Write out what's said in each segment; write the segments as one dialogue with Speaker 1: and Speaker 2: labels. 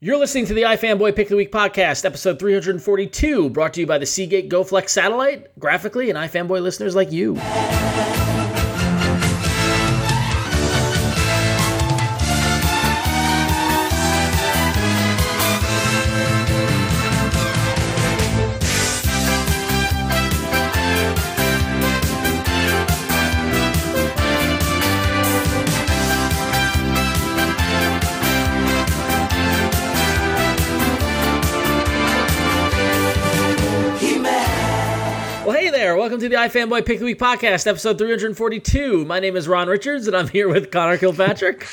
Speaker 1: You're listening to the iFanboy Pick of the Week podcast, episode 342, brought to you by the Seagate GoFlex satellite, graphically, and iFanboy listeners like you. Well, hey there. Welcome to the iFanboy Pick of the Week podcast, episode 342. My name is Ron Richards, and I'm here with Connor Kilpatrick.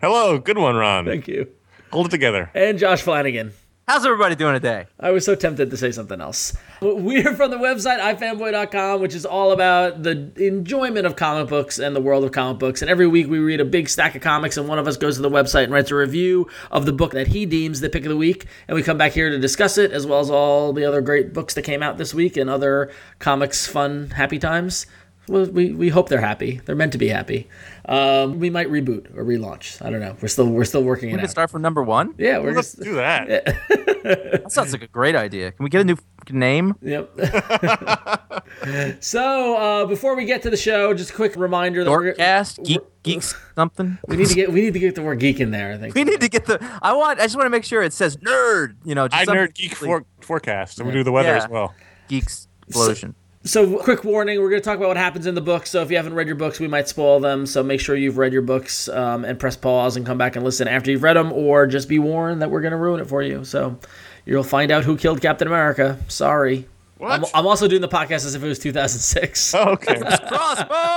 Speaker 2: Hello, good one, Ron.
Speaker 1: Thank you.
Speaker 2: Hold it together.
Speaker 1: And Josh Flanagan.
Speaker 3: How's everybody doing today?
Speaker 1: I was so tempted to say something else. We're from the website ifanboy.com, which is all about the enjoyment of comic books and the world of comic books. And every week we read a big stack of comics, and one of us goes to the website and writes a review of the book that he deems the pick of the week. And we come back here to discuss it, as well as all the other great books that came out this week and other comics, fun, happy times. Well, we, we hope they're happy. They're meant to be happy. Um, we might reboot or relaunch. I don't know. We're still we're still working it
Speaker 3: Can we
Speaker 1: out.
Speaker 3: start from number one?
Speaker 1: yeah, we're
Speaker 2: Let's
Speaker 1: just
Speaker 2: do that.
Speaker 3: That sounds like a great idea. Can we get a new f- name?
Speaker 1: Yep. so uh, before we get to the show, just a quick reminder that we're,
Speaker 3: Dorkcast? Geek, geeks? Something?
Speaker 1: we need to get we need to get the word geek in there. I think.
Speaker 3: We need to get the. I want. I just want to make sure it says nerd. You know, just
Speaker 2: I
Speaker 3: something
Speaker 2: nerd geek
Speaker 3: like
Speaker 2: for- forecast, and we do the weather
Speaker 3: Yeah.
Speaker 2: as well.
Speaker 3: geeks explosion.
Speaker 1: So quick warning: we're going to talk about what happens in the book. So if you haven't read your books, we might spoil them. So make sure you've read your books um, and press pause and come back and listen after you've read them, or just be warned that we're going to ruin it for you. So you'll find out who killed Captain America. Sorry. I'm,
Speaker 2: What?
Speaker 1: I'm also doing the podcast as if it was 2006.
Speaker 2: Oh, okay.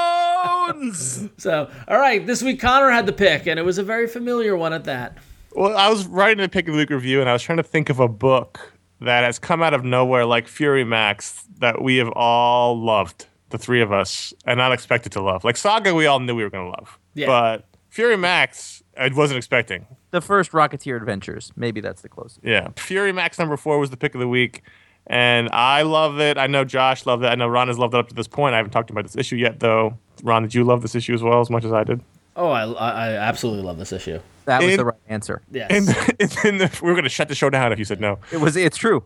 Speaker 3: Crossbones.
Speaker 1: So, all right, this week Connor had the pick, and it was a very familiar one at that.
Speaker 2: well, I was writing a pick of the week review, and I was trying to think of a book that has come out of nowhere, like Fury Max, that we have all loved, the three of us, and not expected to love. Like Saga, we all knew we were going to love,
Speaker 1: Yeah.
Speaker 2: but Fury Max, I wasn't expecting.
Speaker 3: the first Rocketeer Adventures. Maybe that's the closest.
Speaker 2: Yeah. Fury Max number four was the pick of the week. And I love it. I know Josh loved it. I know Ron has loved it up to this point. I haven't talked about this issue yet, though. Ron, did you love this issue as well as much as I did?
Speaker 1: Oh, I, I, I absolutely love this issue.
Speaker 3: That was
Speaker 2: In-
Speaker 3: the right answer.
Speaker 1: Yes.
Speaker 2: In, in the, we were going to shut the show down if you said no.
Speaker 3: It was. It's true.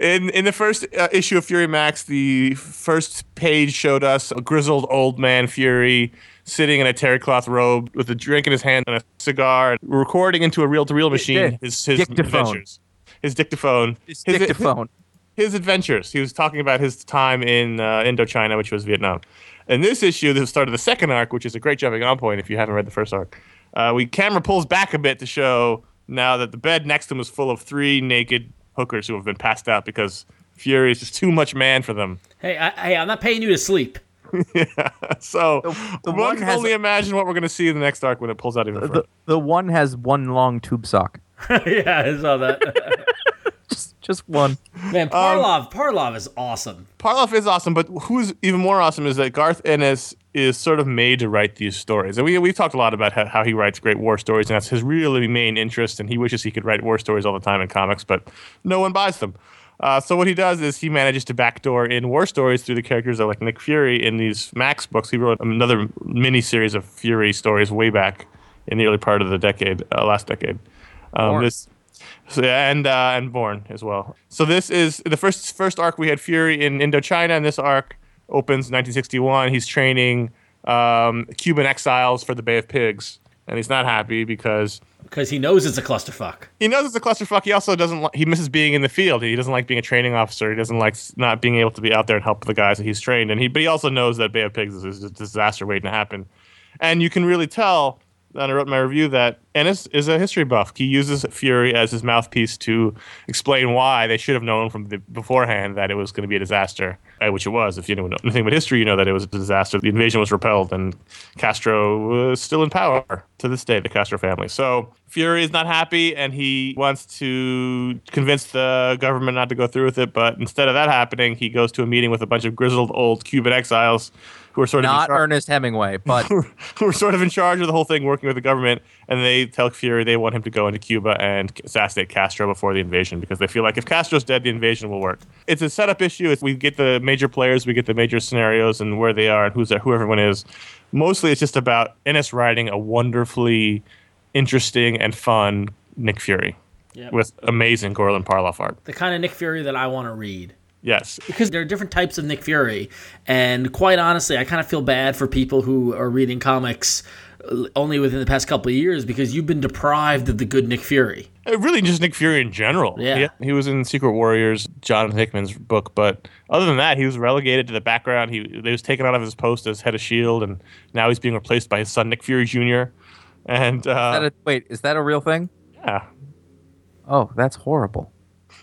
Speaker 2: In, in the first uh, issue of Fury Max, the first page showed us a grizzled old man Fury sitting in a terry cloth robe with a drink in his hand and a cigar, recording into a reel to reel machine his, his
Speaker 3: Dictaphone.
Speaker 2: adventures. His dictaphone.
Speaker 3: It's
Speaker 2: His-
Speaker 3: dictaphone.
Speaker 2: his adventures. He was talking about his time in uh, Indochina, which was Vietnam. And this issue, this started the second arc, which is a great jumping on point if you haven't read the first arc. Uh, we camera pulls back a bit to show now that the bed next to him is full of three naked hookers who have been passed out because Fury is just too much man for them.
Speaker 1: hey, I, hey, I'm not paying you to sleep.
Speaker 2: So
Speaker 3: the
Speaker 2: one,
Speaker 3: one
Speaker 2: can
Speaker 3: has-
Speaker 2: only imagine what we're going to see in the next arc when it pulls out even further.
Speaker 3: The, the one has one long tube sock.
Speaker 1: yeah, I saw that.
Speaker 3: Just just one.
Speaker 1: Man, Parlov, Parlov is awesome.
Speaker 2: Parloff is awesome, but who's even more awesome is that Garth Ennis is sort of made to write these stories. And we, we've talked a lot about how, how he writes great war stories, and that's his really main interest, and he wishes he could write war stories all the time in comics, but no one buys them. Uh, so what he does is he manages to backdoor in war stories through the characters of like Nick Fury in these Max books. He wrote another mini series of Fury stories way back in the early part of the decade, uh, last decade. Um,
Speaker 3: Bourne.
Speaker 2: this so, yeah, and uh, and Born as well. So this is the first first arc we had Fury in Indochina, and this arc opens 1961. He's training um, Cuban exiles for the Bay of Pigs, and he's not happy because
Speaker 1: Because he knows it's a clusterfuck.
Speaker 2: he knows it's a clusterfuck. He also doesn't li- he misses being in the field. He doesn't like being a training officer. He doesn't like s- not being able to be out there and help the guys that he's trained. And he but he also knows that Bay of Pigs is- is a disaster waiting to happen. And you can really tell. And I wrote in my review that Ennis is a history buff. He uses Fury as his mouthpiece to explain why they should have known from the beforehand that it was going to be a disaster, uh, which it was. If you know nothing but history, you know that it was a disaster. The invasion was repelled, and Castro was still in power to this day, the Castro family. So Fury is not happy, and he wants to convince the government not to go through with it. But instead of that happening, he goes to a meeting with a bunch of grizzled old Cuban exiles who are sort of in
Speaker 3: Not
Speaker 2: charge-
Speaker 3: Ernest Hemingway, but
Speaker 2: who are sort of in charge of the whole thing, working with the government, and they tell Fury they want him to go into Cuba and assassinate Castro before the invasion because they feel like if Castro's dead, the invasion will work. It's a setup issue. It's, we get the major players, we get the major scenarios, and where they are, and who's who everyone is. Mostly, it's just about Ennis writing a wonderfully interesting and fun Nick Fury.
Speaker 1: Yep.
Speaker 2: with amazing Gorlin Parloff art.
Speaker 1: The kind of Nick Fury that I want to read.
Speaker 2: Yes.
Speaker 1: because there are different types of Nick Fury, and quite honestly, I kind of feel bad for people who are reading comics uh, only within the past couple of years because you've been deprived of the good Nick Fury.
Speaker 2: Uh, Really, just Nick Fury in general.
Speaker 1: Yeah.
Speaker 2: He, he was in Secret Warriors, Jonathan Hickman's book, but other than that, he was relegated to the background. He, he was taken out of his post as head of S.H.I.E.L.D., E and now he's being replaced by his son, Nick Fury Jr. And uh,
Speaker 3: That a, wait, is that a real thing?
Speaker 2: yeah,
Speaker 3: Oh, that's horrible.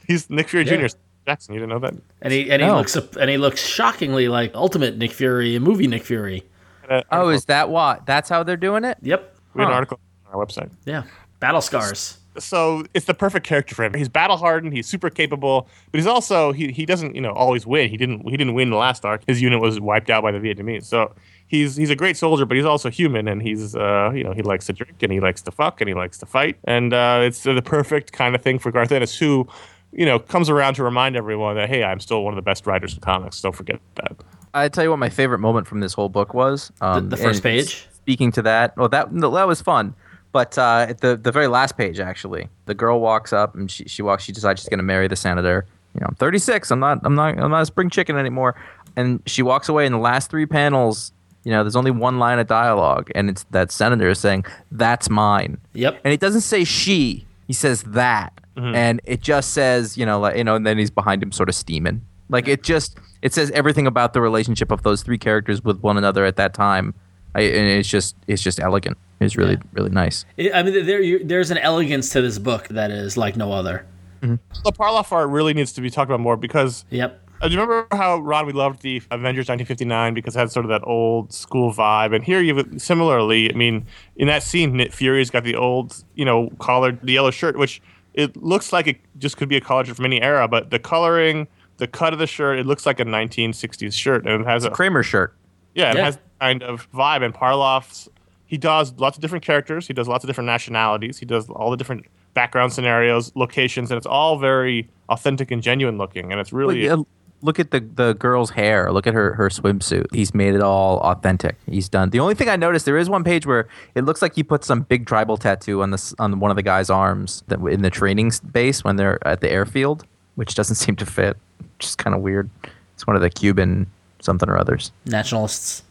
Speaker 2: he's Nick Fury
Speaker 1: Yeah.
Speaker 2: Jr. Jackson. You didn't know that?
Speaker 1: And he and he
Speaker 3: No.
Speaker 1: looks up- and he looks shockingly like Ultimate Nick Fury and movie Nick Fury.
Speaker 2: Uh,
Speaker 3: Oh, is that why? That's how they're doing it?
Speaker 1: Yep.
Speaker 2: we had an
Speaker 3: huh.
Speaker 2: article on our website.
Speaker 1: Yeah. Battle scars.
Speaker 2: so it's the perfect character for him. He's battle hardened, he's super capable, but he's also he, he doesn't you know always win. He didn't he didn't win the last arc. His unit was wiped out by the Vietnamese. So he's he's a great soldier, but he's also human, and he's uh you know he likes to drink and he likes to fuck and he likes to fight, and uh, it's the perfect kind of thing for Garth Ennis who. You know, comes around to remind everyone that hey, I'm still one of the best writers in comics. Don't forget that.
Speaker 3: I tell you what, my favorite moment from this whole book was um,
Speaker 1: The- the first
Speaker 3: and
Speaker 1: page?
Speaker 3: Speaking to that, well, that no, that was fun. But uh, at the the very last page, actually, the girl walks up and she, she walks. She decides she's going to marry the senator. You know, I'm 36. I'm not. I'm not. I'm not a spring chicken anymore. And she walks away. In the last three panels, you know, there's only one line of dialogue, and it's that senator saying, "That's mine."
Speaker 1: Yep.
Speaker 3: and he doesn't say she he says that and it just says you know like you know and then he's behind him sort of steaming like it just it says everything about the relationship of those three characters with one another at that time I, and it's just it's just elegant it's really really nice
Speaker 1: It- I mean, there you, there's an elegance to this book that is like no other.
Speaker 2: The Parloff art really needs to be talked about more because
Speaker 1: Yep.
Speaker 2: Uh, Do you remember how Ron we loved the Avengers 1959 because it had sort of that old school vibe? And here you similarly, I mean, in that scene, Nick Fury's got the old, you know, collared, the yellow shirt, which it looks like it just could be a collared shirt from any era, but the coloring, the cut of the shirt, it looks like a 1960s shirt, and it has a
Speaker 3: kramer shirt
Speaker 2: yeah, it
Speaker 1: Yeah.
Speaker 2: has that kind of vibe. And Parloff's he does lots of different characters. He does lots of different nationalities. He does all the different background scenarios, locations, and it's all very authentic and genuine looking. And it's
Speaker 3: Look,
Speaker 2: really
Speaker 3: uh, look at the the girl's hair look at her her swimsuit he's made it all authentic he's done the only thing i noticed there is one page where it looks like he put some big tribal tattoo on this on one of the guy's arms that in the training base when they're at the airfield which doesn't seem to fit which is kind of weird it's one of the cuban something or others
Speaker 1: Nationalists.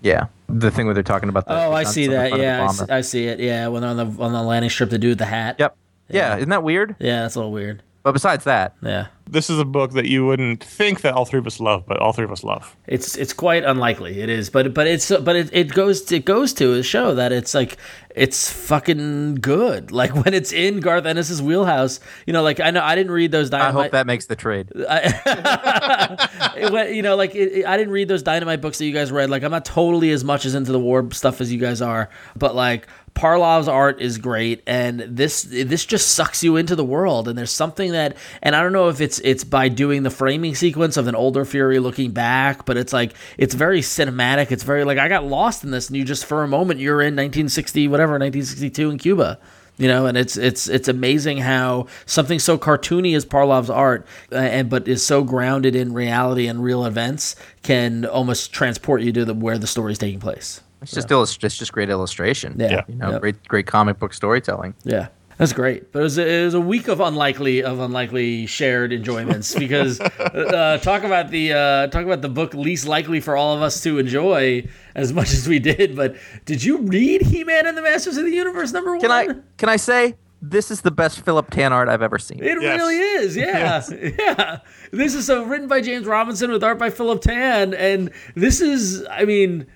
Speaker 3: yeah the thing where they're talking about the
Speaker 1: Oh, I see
Speaker 3: something
Speaker 1: that.
Speaker 3: about the
Speaker 1: Yeah, I see,
Speaker 3: bomber.
Speaker 1: I see it. Yeah, when they're on the on the landing strip, the dude with the hat.
Speaker 3: yep yeah. isn't that weird
Speaker 1: Yeah, that's a little weird.
Speaker 3: but besides that
Speaker 1: Yeah.
Speaker 2: this is a book that you wouldn't think that all three of us love, but all three of us love.
Speaker 1: It's it's quite unlikely. It is, but but it's but it, it goes it goes to show that it's like it's fucking good. Like when it's in Garth Ennis's wheelhouse, you know. Like I know I didn't read those.
Speaker 3: i
Speaker 1: Dynamite,
Speaker 3: hope that makes the trade
Speaker 1: it went- you know, like it, it- I didn't read those dynamite books that you guys read. Like I'm not totally as much as into the war stuff as you guys are, but like Parlov's art is great, and this this just sucks you into the world. And there's something that, and I don't know if it's it's by doing the framing sequence of an older Fury looking back, but it's like it's very cinematic. It's very like I got lost in this, and you just for a moment you're in 1960 whatever 1962 in Cuba you know and it's it's it's amazing how something so cartoony as parlov's art uh, and but is so grounded in reality and real events can almost transport you to the, where the story is taking place
Speaker 3: it's just illus- it's just great illustration
Speaker 1: Yeah.
Speaker 3: you know
Speaker 1: Yep.
Speaker 3: great great comic book storytelling
Speaker 1: yeah that's great but it was, it was a week of unlikely of unlikely shared enjoyments because uh, talk about the uh, talk about the book least likely for all of us to enjoy as much as we did but did you read he-man and the masters of the universe number one
Speaker 3: Can I can I say this is the best Philip Tan art I've ever seen?
Speaker 1: It
Speaker 2: Yes.
Speaker 1: really is, yeah, yeah. This is so written by James Robinson with art by Philip Tan, and this is, I mean,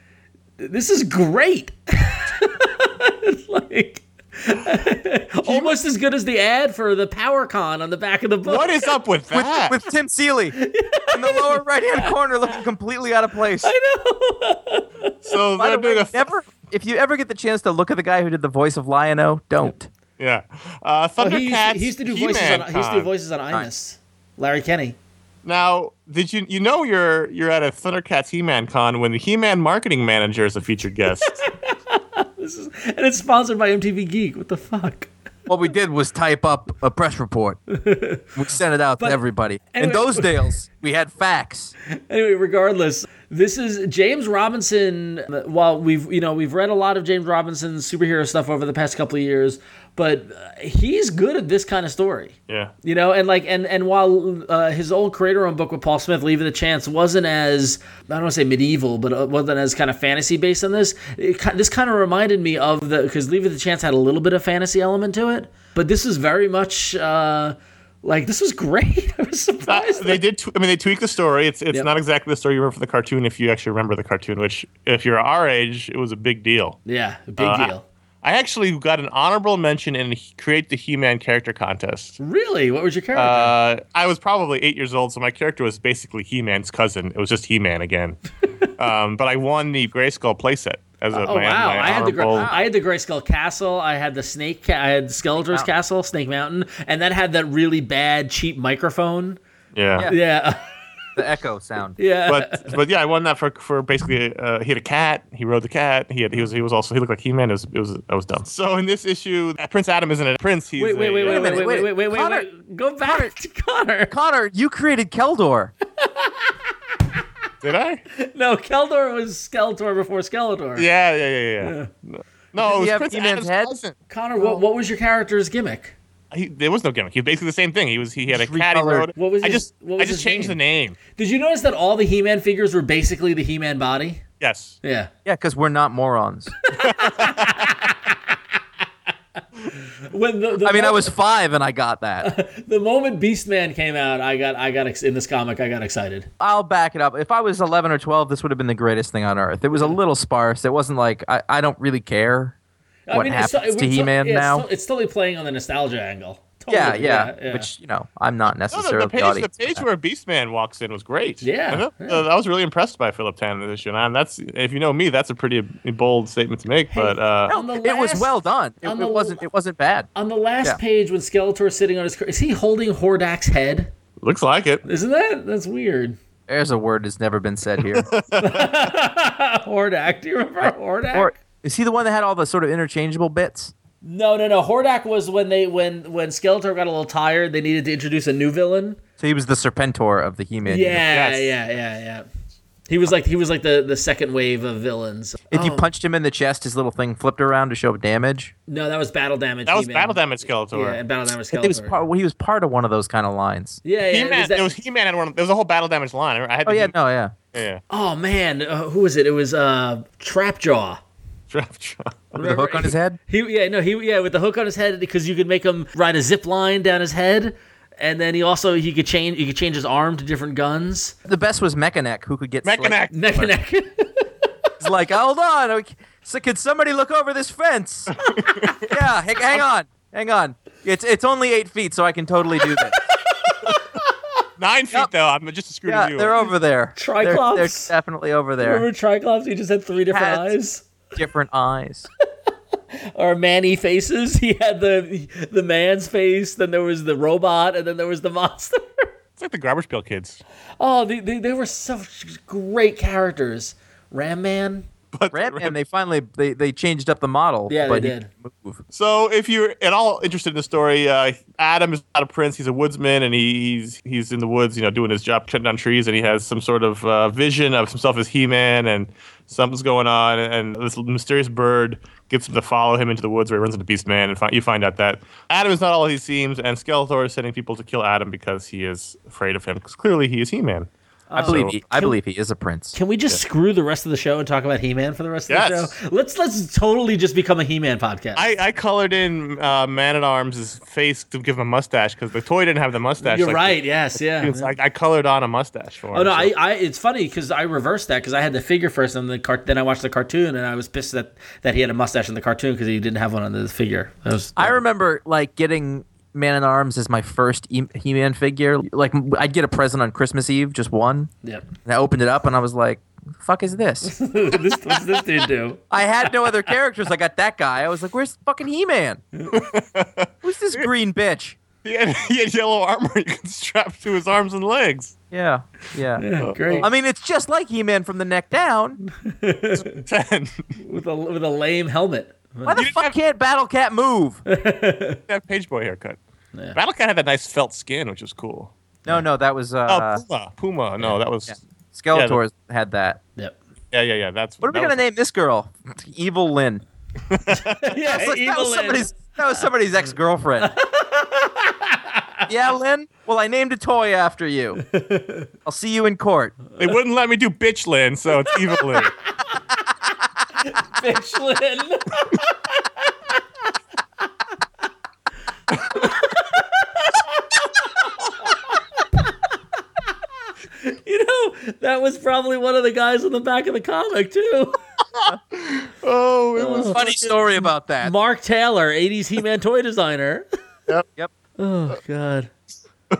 Speaker 1: this is great. It's like almost as good as the ad for the PowerCon on the back of the book.
Speaker 2: What is up with that?
Speaker 3: With Tim Seeley in the lower right hand corner looking completely out of place. I
Speaker 2: so
Speaker 3: By
Speaker 2: they're
Speaker 3: the way,
Speaker 2: doing a
Speaker 3: never if you ever get the chance to look at the guy who did the voice of Lion-O, don't.
Speaker 2: yeah. Uh,
Speaker 1: Oh, he, used
Speaker 2: Thundercats.
Speaker 1: to, he used to do
Speaker 2: He-Man
Speaker 1: voices on he used to do
Speaker 2: Con.
Speaker 1: voices on Inus, Larry Kenny.
Speaker 2: Now, did you you know you're you're at a Thundercats He-Man con when the He-Man marketing manager is a featured guest?
Speaker 1: And it's sponsored by MTV Geek. What the fuck?
Speaker 3: What we did was type up a press report. We sent it out to everybody.
Speaker 1: anyway-
Speaker 3: In those days, we had facts.
Speaker 1: anyway, regardless, this is James Robinson. While we've you know we've read a lot of James Robinson's superhero stuff over the past couple of years, but uh, he's good at this kind of story.
Speaker 2: Yeah.
Speaker 1: You know, and like, and and while uh, his old creator-owned book with Paul Smith, *Leave It a Chance*, wasn't as I don't want to say medieval, but uh, wasn't as kind of fantasy based on this. It, ki- this kind of reminded me of the because *Leave It a Chance* had a little bit of fantasy element to it, but this is very much uh, like this was great. I was
Speaker 2: Uh,
Speaker 1: surprised.
Speaker 2: they did. Tw- I mean, they tweaked the story. It's it's
Speaker 1: Yep.
Speaker 2: not exactly the story you remember from the cartoon. If you actually remember the cartoon, which if you're our age, it was a big deal.
Speaker 1: yeah, big
Speaker 2: Uh,
Speaker 1: deal.
Speaker 2: I actually got an honorable mention in H- create the He-Man character contest.
Speaker 1: Really, what was your character?
Speaker 2: Uh, I was probably eight years old, so my character was basically He-Man's cousin. It was just He-Man again. um, but I won the Grayskull playset as a
Speaker 1: Oh
Speaker 2: my,
Speaker 1: wow!
Speaker 2: my
Speaker 1: I had the gr-
Speaker 2: honorable-
Speaker 1: I had the Grayskull Castle. I had the Snake. Ca- I had Skeletor's Castle, Snake Mountain, and that had that really bad cheap microphone.
Speaker 2: yeah.
Speaker 3: Yeah.
Speaker 1: Yeah,
Speaker 3: The echo sound.
Speaker 1: yeah.
Speaker 2: But but yeah, I won that for for basically uh, he had a cat. He rode the cat. He had he was he was also he looked like He Man. It was it was I was dumb. So in this issue, Prince Adam isn't a prince. He's
Speaker 1: wait, wait,
Speaker 2: a,
Speaker 1: wait, wait, wait,
Speaker 2: uh,
Speaker 3: minute,
Speaker 1: wait, wait,
Speaker 3: wait.
Speaker 1: wait, wait, wait,
Speaker 3: Connor-
Speaker 1: wait. Go back to Connor.
Speaker 3: Connor, you created Keldor.
Speaker 2: Did I?
Speaker 1: No, Keldor was Skeletor before Skeletor.
Speaker 2: Yeah, yeah, yeah, yeah. No, it
Speaker 3: he
Speaker 2: was
Speaker 3: have
Speaker 2: Prince
Speaker 3: He-Man's
Speaker 2: Adam's
Speaker 3: head?
Speaker 2: cousin.
Speaker 1: Connor, what what was your character's gimmick?
Speaker 2: He, there was no gimmick. He was basically the same thing. He was he had a
Speaker 3: Just
Speaker 2: cat. He
Speaker 3: recolored.
Speaker 2: rode.
Speaker 1: What was
Speaker 2: I
Speaker 1: his-
Speaker 2: just
Speaker 1: what was
Speaker 2: I just
Speaker 1: his
Speaker 2: changed the name.
Speaker 1: Did you notice that all the He-Man figures were basically the He-Man body?
Speaker 2: Yes.
Speaker 1: Yeah.
Speaker 3: Yeah, because we're not morons.
Speaker 1: When the, the
Speaker 3: I mean, I
Speaker 1: moment-
Speaker 3: was five and I got that.
Speaker 1: the moment Beastman came out, I got I got ex- in this comic, I got excited.
Speaker 3: I'll back it up. If I was 11 or 12, this would have been the greatest thing on earth. It was a little sparse. It wasn't like, I, I don't really care what
Speaker 1: it's
Speaker 3: happens
Speaker 1: still-
Speaker 3: to
Speaker 1: it's
Speaker 3: He
Speaker 1: still-
Speaker 3: Man
Speaker 1: yeah, it's
Speaker 3: now.
Speaker 1: still- It's totally playing on the nostalgia angle.
Speaker 3: yeah,
Speaker 1: Totally,
Speaker 3: yeah, Which, you know, I'm not
Speaker 2: No, the, the
Speaker 3: necessarily the
Speaker 2: page, the
Speaker 3: audience.
Speaker 2: page where Beastman walks in was great.
Speaker 1: Yeah,
Speaker 2: I, know-
Speaker 1: yeah.
Speaker 2: uh, I was really impressed by Philip Tan in this issue, and that's if you know me, that's a pretty bold statement to make. But uh,
Speaker 3: No,
Speaker 1: On the
Speaker 3: it was
Speaker 1: last-
Speaker 3: well done. It,
Speaker 1: on the
Speaker 3: it wasn't. It wasn't bad.
Speaker 1: On the last
Speaker 3: Yeah.
Speaker 1: page, when Skeletor's sitting on his, cr- is he holding Hordak's head?
Speaker 2: looks like it.
Speaker 1: Isn't that that's weird?
Speaker 3: There's a word that's never been said here.
Speaker 1: Hordak. Do you remember Hordak?
Speaker 3: or is he the one that had all the sort of interchangeable bits?
Speaker 1: no, no, no. Hordak was when they when when Skeletor got a little tired, they needed to introduce a new villain.
Speaker 3: So he was the Serpentor of the He-Man. universe.
Speaker 1: Yeah,
Speaker 2: Yes.
Speaker 1: yeah, yeah, yeah. He was like he was like the the second wave of villains. Oh,
Speaker 3: If you punched him in the chest, his little thing flipped around to show damage.
Speaker 1: No, that was battle damage.
Speaker 2: That was
Speaker 1: He-Man.
Speaker 2: Battle Damage Skeletor.
Speaker 1: Yeah, and battle damage
Speaker 3: It was
Speaker 1: Skeletor.
Speaker 3: part. He was part of one of those kind of lines.
Speaker 1: yeah, yeah.
Speaker 2: He-Man,
Speaker 1: was that-
Speaker 2: it was He-Man and one. There was a whole battle damage line. I had.
Speaker 3: Oh
Speaker 2: the
Speaker 3: yeah,
Speaker 2: He-
Speaker 3: no, yeah.
Speaker 2: yeah.
Speaker 1: oh man, uh, who was it? It was uh Trapjaw.
Speaker 2: Drop, drop.
Speaker 3: With the hook on his head.
Speaker 1: He yeah no he yeah with the hook on his head because you could make him ride a zip line down his head, and then he also he could change he could change his arm to different guns.
Speaker 3: The best was Mechanek, who could get
Speaker 2: Mechanek.
Speaker 1: Neck and neck.
Speaker 3: It's like, hold on. okay, So could somebody look over this fence? yeah, hang, hang on, hang on. It's it's only eight feet, so I can totally do that.
Speaker 2: Nine feet though. I'm just a screw
Speaker 3: Yeah,
Speaker 2: you.
Speaker 3: they're over there. They're- They're,
Speaker 1: Triclops.
Speaker 3: definitely over there.
Speaker 1: Remember Triclops? He just had three different
Speaker 3: Hats.
Speaker 1: eyes
Speaker 3: Different eyes.
Speaker 1: or manny faces. He had the the man's face, then there was the robot, and then there was the monster.
Speaker 2: It's like the Garbage Pail Kids.
Speaker 1: Oh, they, they, they were such great characters. Ram Man.
Speaker 2: But
Speaker 3: Red Man, they finally they, they changed up the model.
Speaker 1: Yeah, they
Speaker 3: but he
Speaker 1: did.
Speaker 3: could Move.
Speaker 2: so if you're at all interested in the story, uh, Adam is not a prince. He's a woodsman, and he's he's in the woods, you know, doing his job, cutting down trees, and he has some sort of uh, vision of himself as He-Man, and something's going on, and this mysterious bird gets him to follow him into the woods where he runs into Beastman, and fi- you find out that Adam is not all he seems, and Skeletor is sending people to kill Adam because he is afraid of him, because clearly he is He-Man.
Speaker 3: I believe he, I believe he is a prince.
Speaker 1: Uh, Can we just screw the rest of the show and talk about He Man for the rest of
Speaker 2: Yes.
Speaker 1: the show? Let's let's totally just become a He Man podcast.
Speaker 2: I, I colored in uh, Man at Arms' face to give him a mustache because the toy didn't have the mustache.
Speaker 1: You're
Speaker 2: like,
Speaker 1: right. Yes. Yeah.
Speaker 2: It's like I colored on a mustache for him.
Speaker 1: Oh no,
Speaker 2: so-
Speaker 1: I, I it's funny because I reversed that because I had the figure first and the cart. Then I watched the cartoon and I was pissed that that he had a mustache in the cartoon because he didn't have one on the figure. That was
Speaker 3: I remember like getting Man in Arms as my first e- He-Man figure. Like m- I'd get a present on Christmas Eve, just one,
Speaker 1: Yep.
Speaker 3: and I opened it up and I was like, "The "Fuck is this?"
Speaker 1: this, what's this dude do?
Speaker 3: I had no other characters. I got that guy. I was like, "Where's fucking He-Man? Who's this green bitch?"
Speaker 2: He had, he had yellow armor you could strap to his arms and legs.
Speaker 3: Yeah, yeah.
Speaker 1: Yeah, great.
Speaker 3: Oh. I mean, it's just like He-Man from the neck down.
Speaker 2: Ten.
Speaker 1: with a with a lame helmet.
Speaker 3: Why the
Speaker 2: didn't
Speaker 3: fuck
Speaker 2: have-
Speaker 3: can't Battle Cat move?
Speaker 2: that page boy haircut. Battle Cat had that nice felt skin, which was cool.
Speaker 3: No, no, that was uh,
Speaker 2: oh, Puma. Puma. No, that was.
Speaker 3: yeah. Skeletor had that.
Speaker 1: Yep.
Speaker 2: Yeah, yeah, yeah. That's
Speaker 3: What are we
Speaker 2: that
Speaker 3: gonna
Speaker 2: was-
Speaker 3: name this girl? Evil Lynn.
Speaker 1: yeah,
Speaker 3: That's like, that was
Speaker 1: Lynn.
Speaker 3: somebody's That was somebody's ex girlfriend. yeah, Lynn? Well, I named a toy after you. I'll see you in court.
Speaker 2: They wouldn't let me do bitch Lynn, so it's evil Lynn.
Speaker 1: Bitch Lynn. you know, that was probably one of the guys in the back of the comic, too.
Speaker 2: Oh, it was.
Speaker 3: Funny story about that.
Speaker 1: Mark Taylor, 80s He Man toy designer.
Speaker 3: Yep.
Speaker 1: Oh, God.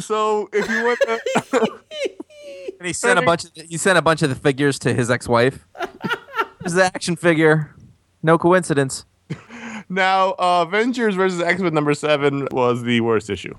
Speaker 2: So if you want to.
Speaker 3: And he sent a bunch of he sent a bunch of the figures to his ex-wife. There's the action figure. No coincidence.
Speaker 2: Now, uh, Avengers versus X Men number seven was the worst issue.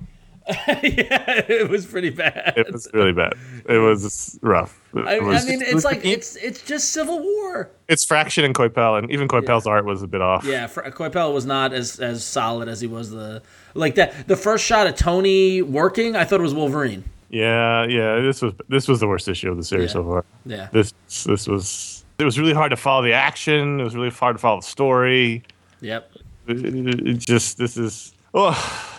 Speaker 1: yeah, it was pretty bad.
Speaker 2: It was really bad. It was rough. It
Speaker 1: I,
Speaker 2: was-
Speaker 1: I mean, it's like it's it's just Civil War.
Speaker 2: it's Fraction and Coipel, and even Coipel's art was a bit off.
Speaker 1: Yeah, Fr- Coipel was not as as solid as he was the like that. The first shot of Tony working, I thought it was Wolverine.
Speaker 2: yeah, yeah, This was this was the worst issue of the series
Speaker 1: Yeah.
Speaker 2: so far.
Speaker 1: Yeah,
Speaker 2: This this was it was really hard to follow the action. It was really hard to follow the story.
Speaker 1: yep.
Speaker 2: It, it- it just this is. Oh,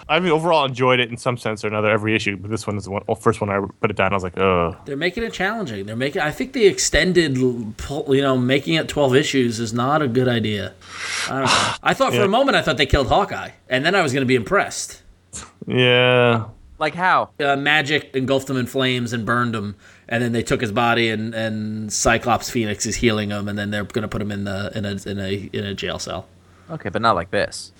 Speaker 2: I mean, overall enjoyed it in some sense or another every issue, but this one is the one, well, first one I put it down. I was like, oh,
Speaker 1: They're making it challenging. They're making. I think the extended, l- pull- you know, making it twelve issues is not a good idea. I don't know. I thought for
Speaker 2: Yeah.
Speaker 1: a moment I thought they killed Hawkeye, and then I was going to be impressed.
Speaker 2: yeah,
Speaker 3: Like how?
Speaker 1: Uh, magic engulfed him in flames and burned him, and then they took his body and and Cyclops Phoenix is healing him, and then they're going to put him in the in a in a in a jail cell.
Speaker 3: Okay, but not like this.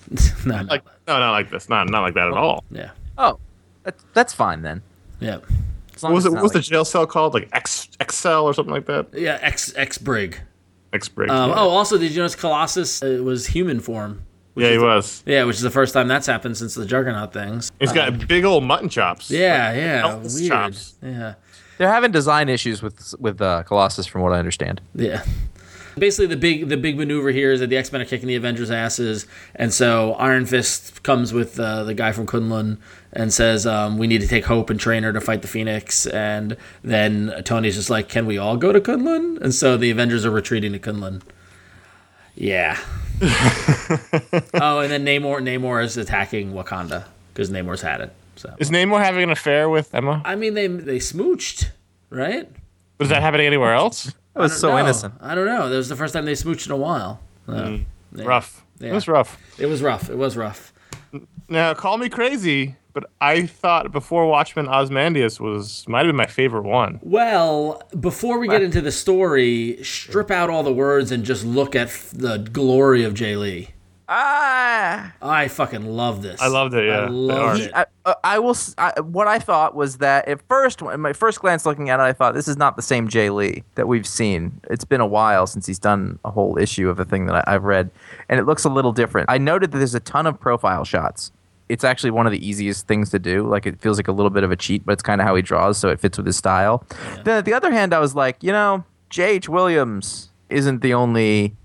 Speaker 1: no, no,
Speaker 2: like no, not like this, not not like that at all.
Speaker 1: yeah,
Speaker 3: Oh, that, that's fine then.
Speaker 1: yeah,
Speaker 2: What
Speaker 3: As long
Speaker 2: was it? What
Speaker 3: as it's not
Speaker 2: was the
Speaker 3: like-
Speaker 2: jail cell called? Like X Excel or something like that?
Speaker 1: yeah. Ex ex Brig.
Speaker 2: X break.
Speaker 1: Um,
Speaker 2: yeah.
Speaker 1: Oh, also, did you notice Colossus uh, was human form?
Speaker 2: yeah, he was.
Speaker 1: Yeah, which is the first time that's happened since the Juggernaut things.
Speaker 2: He's got big old mutton chops.
Speaker 1: Uh, Yeah, yeah,
Speaker 2: Elvis
Speaker 1: weird.
Speaker 2: chops.
Speaker 1: Yeah,
Speaker 3: They're having design issues with with uh, Colossus, from what I understand.
Speaker 1: yeah. Basically, the big the big maneuver here is that the X Men are kicking the Avengers' asses, and so Iron Fist comes with uh, the guy from Kunlun and says, um, "We need to take Hope and train her to fight the Phoenix." And then Tony's just like, "Can we all go to Kunlun?" And so the Avengers are retreating to Kunlun. Yeah. oh, and then Namor Namor is attacking Wakanda because Namor's had it. So
Speaker 2: Is Namor having an affair with Emma?
Speaker 1: I mean, they they smooched, right?
Speaker 2: Was that happening anywhere else?
Speaker 3: That was so
Speaker 1: No,
Speaker 3: innocent.
Speaker 1: I don't know. That was the first time they smooched in a while. So, yeah.
Speaker 2: Rough. It
Speaker 1: Yeah.
Speaker 2: was rough.
Speaker 1: It was rough. It was rough.
Speaker 2: Now, call me crazy, but I thought before Watchmen, Osmandius was might have been my favorite one.
Speaker 1: Well, before we get into the story, strip out all the words and just look at f- the glory of Jay Lee.
Speaker 3: Ah.
Speaker 1: I fucking love this.
Speaker 2: I loved it, yeah.
Speaker 1: I
Speaker 2: The
Speaker 1: loved
Speaker 2: art.
Speaker 1: it.
Speaker 3: I, I- I will. s I what I thought was that at first, when- my first glance looking at it, I thought this is not the same Jay Lee that we've seen. It's been a while since he's done a whole issue of a thing that I, I've read, and it looks a little different. I noted that there's a ton of profile shots. It's actually one of the easiest things to do. Like it feels like a little bit of a cheat, but it's kind of how he draws, so it fits with his style. Then at the other hand, I was like, you know, J.H. Williams isn't the only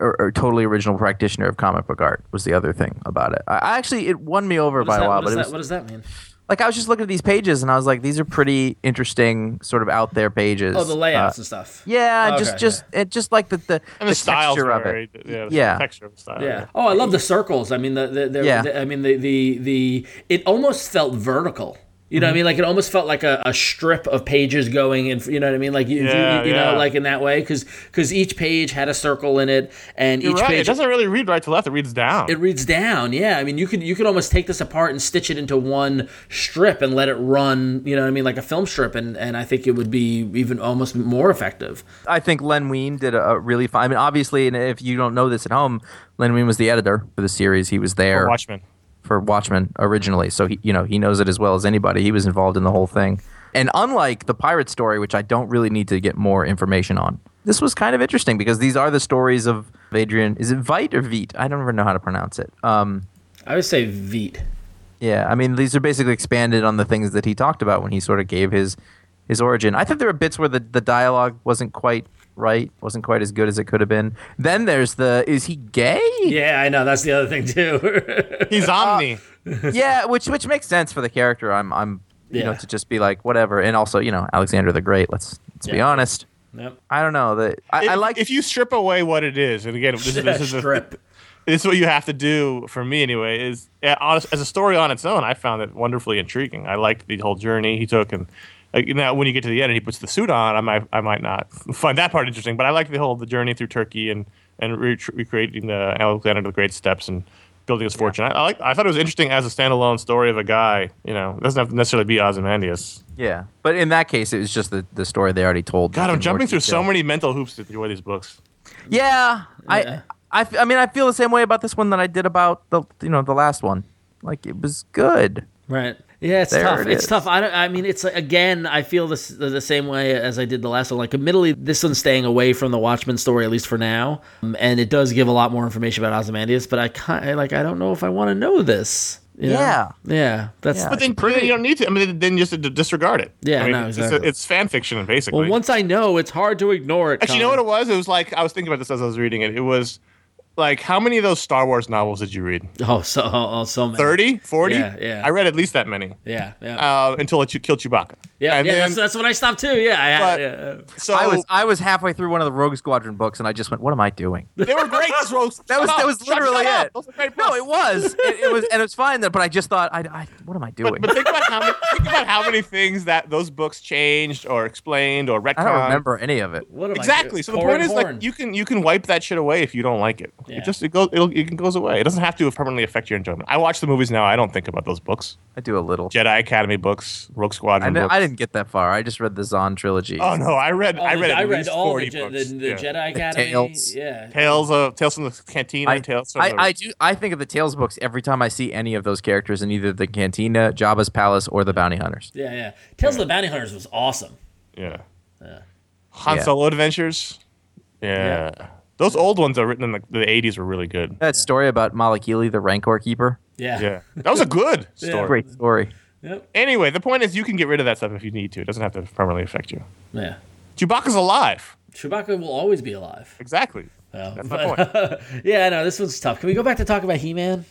Speaker 3: or, or totally original practitioner of comic book art was the other thing about it. I- I actually it won me over
Speaker 1: What
Speaker 3: by
Speaker 1: does
Speaker 3: a
Speaker 1: that-
Speaker 3: while,
Speaker 1: what
Speaker 3: but
Speaker 1: does
Speaker 3: it
Speaker 1: that-
Speaker 3: was
Speaker 1: what does that mean?
Speaker 3: like I was just looking at these pages and I was like, these are pretty interesting, sort of out there pages.
Speaker 1: Oh, the layouts
Speaker 3: Uh,
Speaker 1: and stuff.
Speaker 3: yeah,
Speaker 1: Okay,
Speaker 3: just just it just like the the,
Speaker 2: And the, styles
Speaker 3: texture
Speaker 2: were
Speaker 3: of
Speaker 2: very-
Speaker 3: it.
Speaker 2: Yeah, the
Speaker 3: Yeah.
Speaker 2: texture of the style.
Speaker 1: Yeah. Oh, I love the circles. I mean, the, the, the,
Speaker 3: Yeah.
Speaker 1: the- I mean, the, the the it almost felt vertical. You
Speaker 2: Mm-hmm.
Speaker 1: know what I mean? Like it almost felt like a, a strip of pages going in. You know what I mean? Like you, you-
Speaker 2: Yeah,
Speaker 1: you, know,
Speaker 2: yeah.
Speaker 1: like in that way, because each page had a circle in it, and
Speaker 2: You're
Speaker 1: each
Speaker 2: right. It
Speaker 1: page
Speaker 2: doesn't really read right to left. It reads down.
Speaker 1: it reads down. Yeah, I mean, you could you could almost take this apart and stitch it into one strip and let it run. You know what I mean? Like a film strip, and and I think it would be even almost more effective.
Speaker 3: I think Len Wein did a, a really fine. I mean, obviously, and if you don't know this at home, Len Wein was the editor for the series. He was there
Speaker 2: Watchmen.
Speaker 3: for Watchmen originally, so he you know he knows it as well as anybody. He was involved in the whole thing, and unlike the pirate story, which I don't really need to get more information on, this was kind of interesting because these are the stories of Adrian. Is it Veit or Veit? I don't ever know how to pronounce it. Um,
Speaker 1: I would say Veet.
Speaker 3: yeah, I mean these are basically expanded on the things that he talked about when he sort of gave his his origin. I think there were bits where the, the dialogue wasn't quite right, wasn't quite as good as it could have been. Then there's the is he gay?
Speaker 1: Yeah, I know. That's the other thing too.
Speaker 2: He's Omni.
Speaker 3: yeah, which which makes sense for the character. I'm I'm you know
Speaker 1: Yeah.
Speaker 3: to just be like whatever, and also you know Alexander the Great. Let's let's be
Speaker 1: Yeah.
Speaker 3: honest.
Speaker 1: yep.
Speaker 3: I don't know that I,
Speaker 2: If-
Speaker 3: I like
Speaker 2: if you strip away what it is, and again, this, is- this is the,
Speaker 1: strip.
Speaker 2: this is what you have to do for me anyway is yeah, honest, as a story on its own i found it wonderfully intriguing i liked the whole journey he took and like, now when you get to the end and he puts the suit on i might i might not find that part interesting but i liked the whole the journey through turkey and and re- recreating the alexander the great steps and building his fortune i I, liked, I thought it was interesting as a standalone story of a guy you know it doesn't have to necessarily be ozymandias
Speaker 3: Yeah, but in that case, it was just the, the story they already told.
Speaker 2: god
Speaker 3: in
Speaker 2: i'm
Speaker 3: more
Speaker 2: jumping through
Speaker 3: detail.
Speaker 2: so many mental hoops to enjoy these books
Speaker 3: Yeah,
Speaker 1: Yeah.
Speaker 3: I, I, f- I mean, I feel the same way about this one that I did about the, you know, the last one. Like it was good.
Speaker 1: Right. Yeah, it's
Speaker 3: There
Speaker 1: tough.
Speaker 3: it
Speaker 1: it's
Speaker 3: is.
Speaker 1: tough. I don't. I mean, it's like, again. I feel this the, the same way as I did the last one. Like, admittedly, this one's staying away from the Watchmen story at least for now, um, and it does give a lot more information about Ozymandias. But I kind like I don't know if I want to know this. you know?
Speaker 3: Yeah.
Speaker 1: Yeah. That's
Speaker 3: Yeah.
Speaker 2: but then, then you don't need to. I mean, then you just disregard it.
Speaker 1: Yeah,
Speaker 2: I mean,
Speaker 1: no,
Speaker 2: it's- It's,
Speaker 1: exactly.
Speaker 2: it's fan fiction, basically.
Speaker 1: well, once I know, it's hard to ignore it.
Speaker 2: Actually, you know what
Speaker 1: Connor.
Speaker 2: it was? It was like I was thinking about this as I was reading it. It was like how many of those Star Wars novels did you read?
Speaker 3: Uh,
Speaker 1: Oh, so oh, oh, so many.
Speaker 2: 30, 40?
Speaker 1: Yeah, yeah.
Speaker 2: I read at least that many.
Speaker 1: Yeah. Yeah.
Speaker 2: Uh, until it killed Chewbacca.
Speaker 1: yeah.
Speaker 2: And
Speaker 1: yeah.
Speaker 2: then-
Speaker 1: that's, that's when I stopped too. Yeah. I,
Speaker 2: But-
Speaker 1: yeah.
Speaker 2: so
Speaker 3: I was I was halfway through one of the Rogue Squadron books, and I just went, "What am I doing?"
Speaker 2: they were great. those rogues.
Speaker 3: That was
Speaker 2: Shut
Speaker 3: that
Speaker 2: up,
Speaker 3: was
Speaker 2: shut-
Speaker 3: literally
Speaker 2: shut up.
Speaker 3: it.
Speaker 2: Those are great
Speaker 3: No,
Speaker 2: books.
Speaker 3: it was. It, it was, and it was fine. Then, but I just thought, I, I what am I doing?
Speaker 2: But, but think about how many, think about how many things that those books changed or explained or retconned.
Speaker 3: I don't remember any of it.
Speaker 1: What am I
Speaker 2: Exactly.
Speaker 1: doing?
Speaker 2: So the
Speaker 1: Pouring
Speaker 2: point is,
Speaker 1: porn.
Speaker 2: like, you can you can wipe that shit away if you don't like it.
Speaker 1: Yeah.
Speaker 2: It just it goes it'll, it goes away. It doesn't have to permanently affect your enjoyment. I watch the movies now. I don't think about those books.
Speaker 3: I do a little.
Speaker 2: Jedi Academy books, Rogue
Speaker 3: I,
Speaker 2: Squadron.
Speaker 3: kn-
Speaker 2: books.
Speaker 3: I didn't get that far. I just read the Zon trilogy.
Speaker 2: Oh no, I read
Speaker 1: Oh,
Speaker 2: I
Speaker 1: the-
Speaker 2: read at
Speaker 1: I read
Speaker 2: least
Speaker 1: all
Speaker 2: forty
Speaker 1: the, Je-
Speaker 2: books.
Speaker 1: the, the
Speaker 2: Yeah.
Speaker 1: Jedi Academy.
Speaker 3: Tales.
Speaker 1: Yeah.
Speaker 2: Tales of Tales from the Cantina.
Speaker 3: I,
Speaker 2: Tales. From
Speaker 3: I,
Speaker 2: the,
Speaker 3: I do. I think of the Tales books every time I see any of those characters in either the Cantina, Jabba's palace, or the Bounty Hunters.
Speaker 1: Yeah, yeah. Tales of the Bounty Hunters was awesome.
Speaker 2: yeah. Han
Speaker 3: Yeah.
Speaker 2: Solo Adventures. Yeah. Those old ones are written in the- the eighties were really good.
Speaker 3: That story about Malakili, the Rancor keeper.
Speaker 1: Yeah.
Speaker 2: Yeah, that was a good story.
Speaker 3: Great story.
Speaker 1: Yep.
Speaker 2: Anyway, the point is, you can get rid of that stuff if you need to. It doesn't have to permanently affect you.
Speaker 1: Yeah.
Speaker 2: Chewbacca's alive.
Speaker 1: Chewbacca will always be alive.
Speaker 2: Exactly.
Speaker 1: though.
Speaker 2: That's my point.
Speaker 1: yeah, I know. This one's tough. Can we go back to talk about He Man?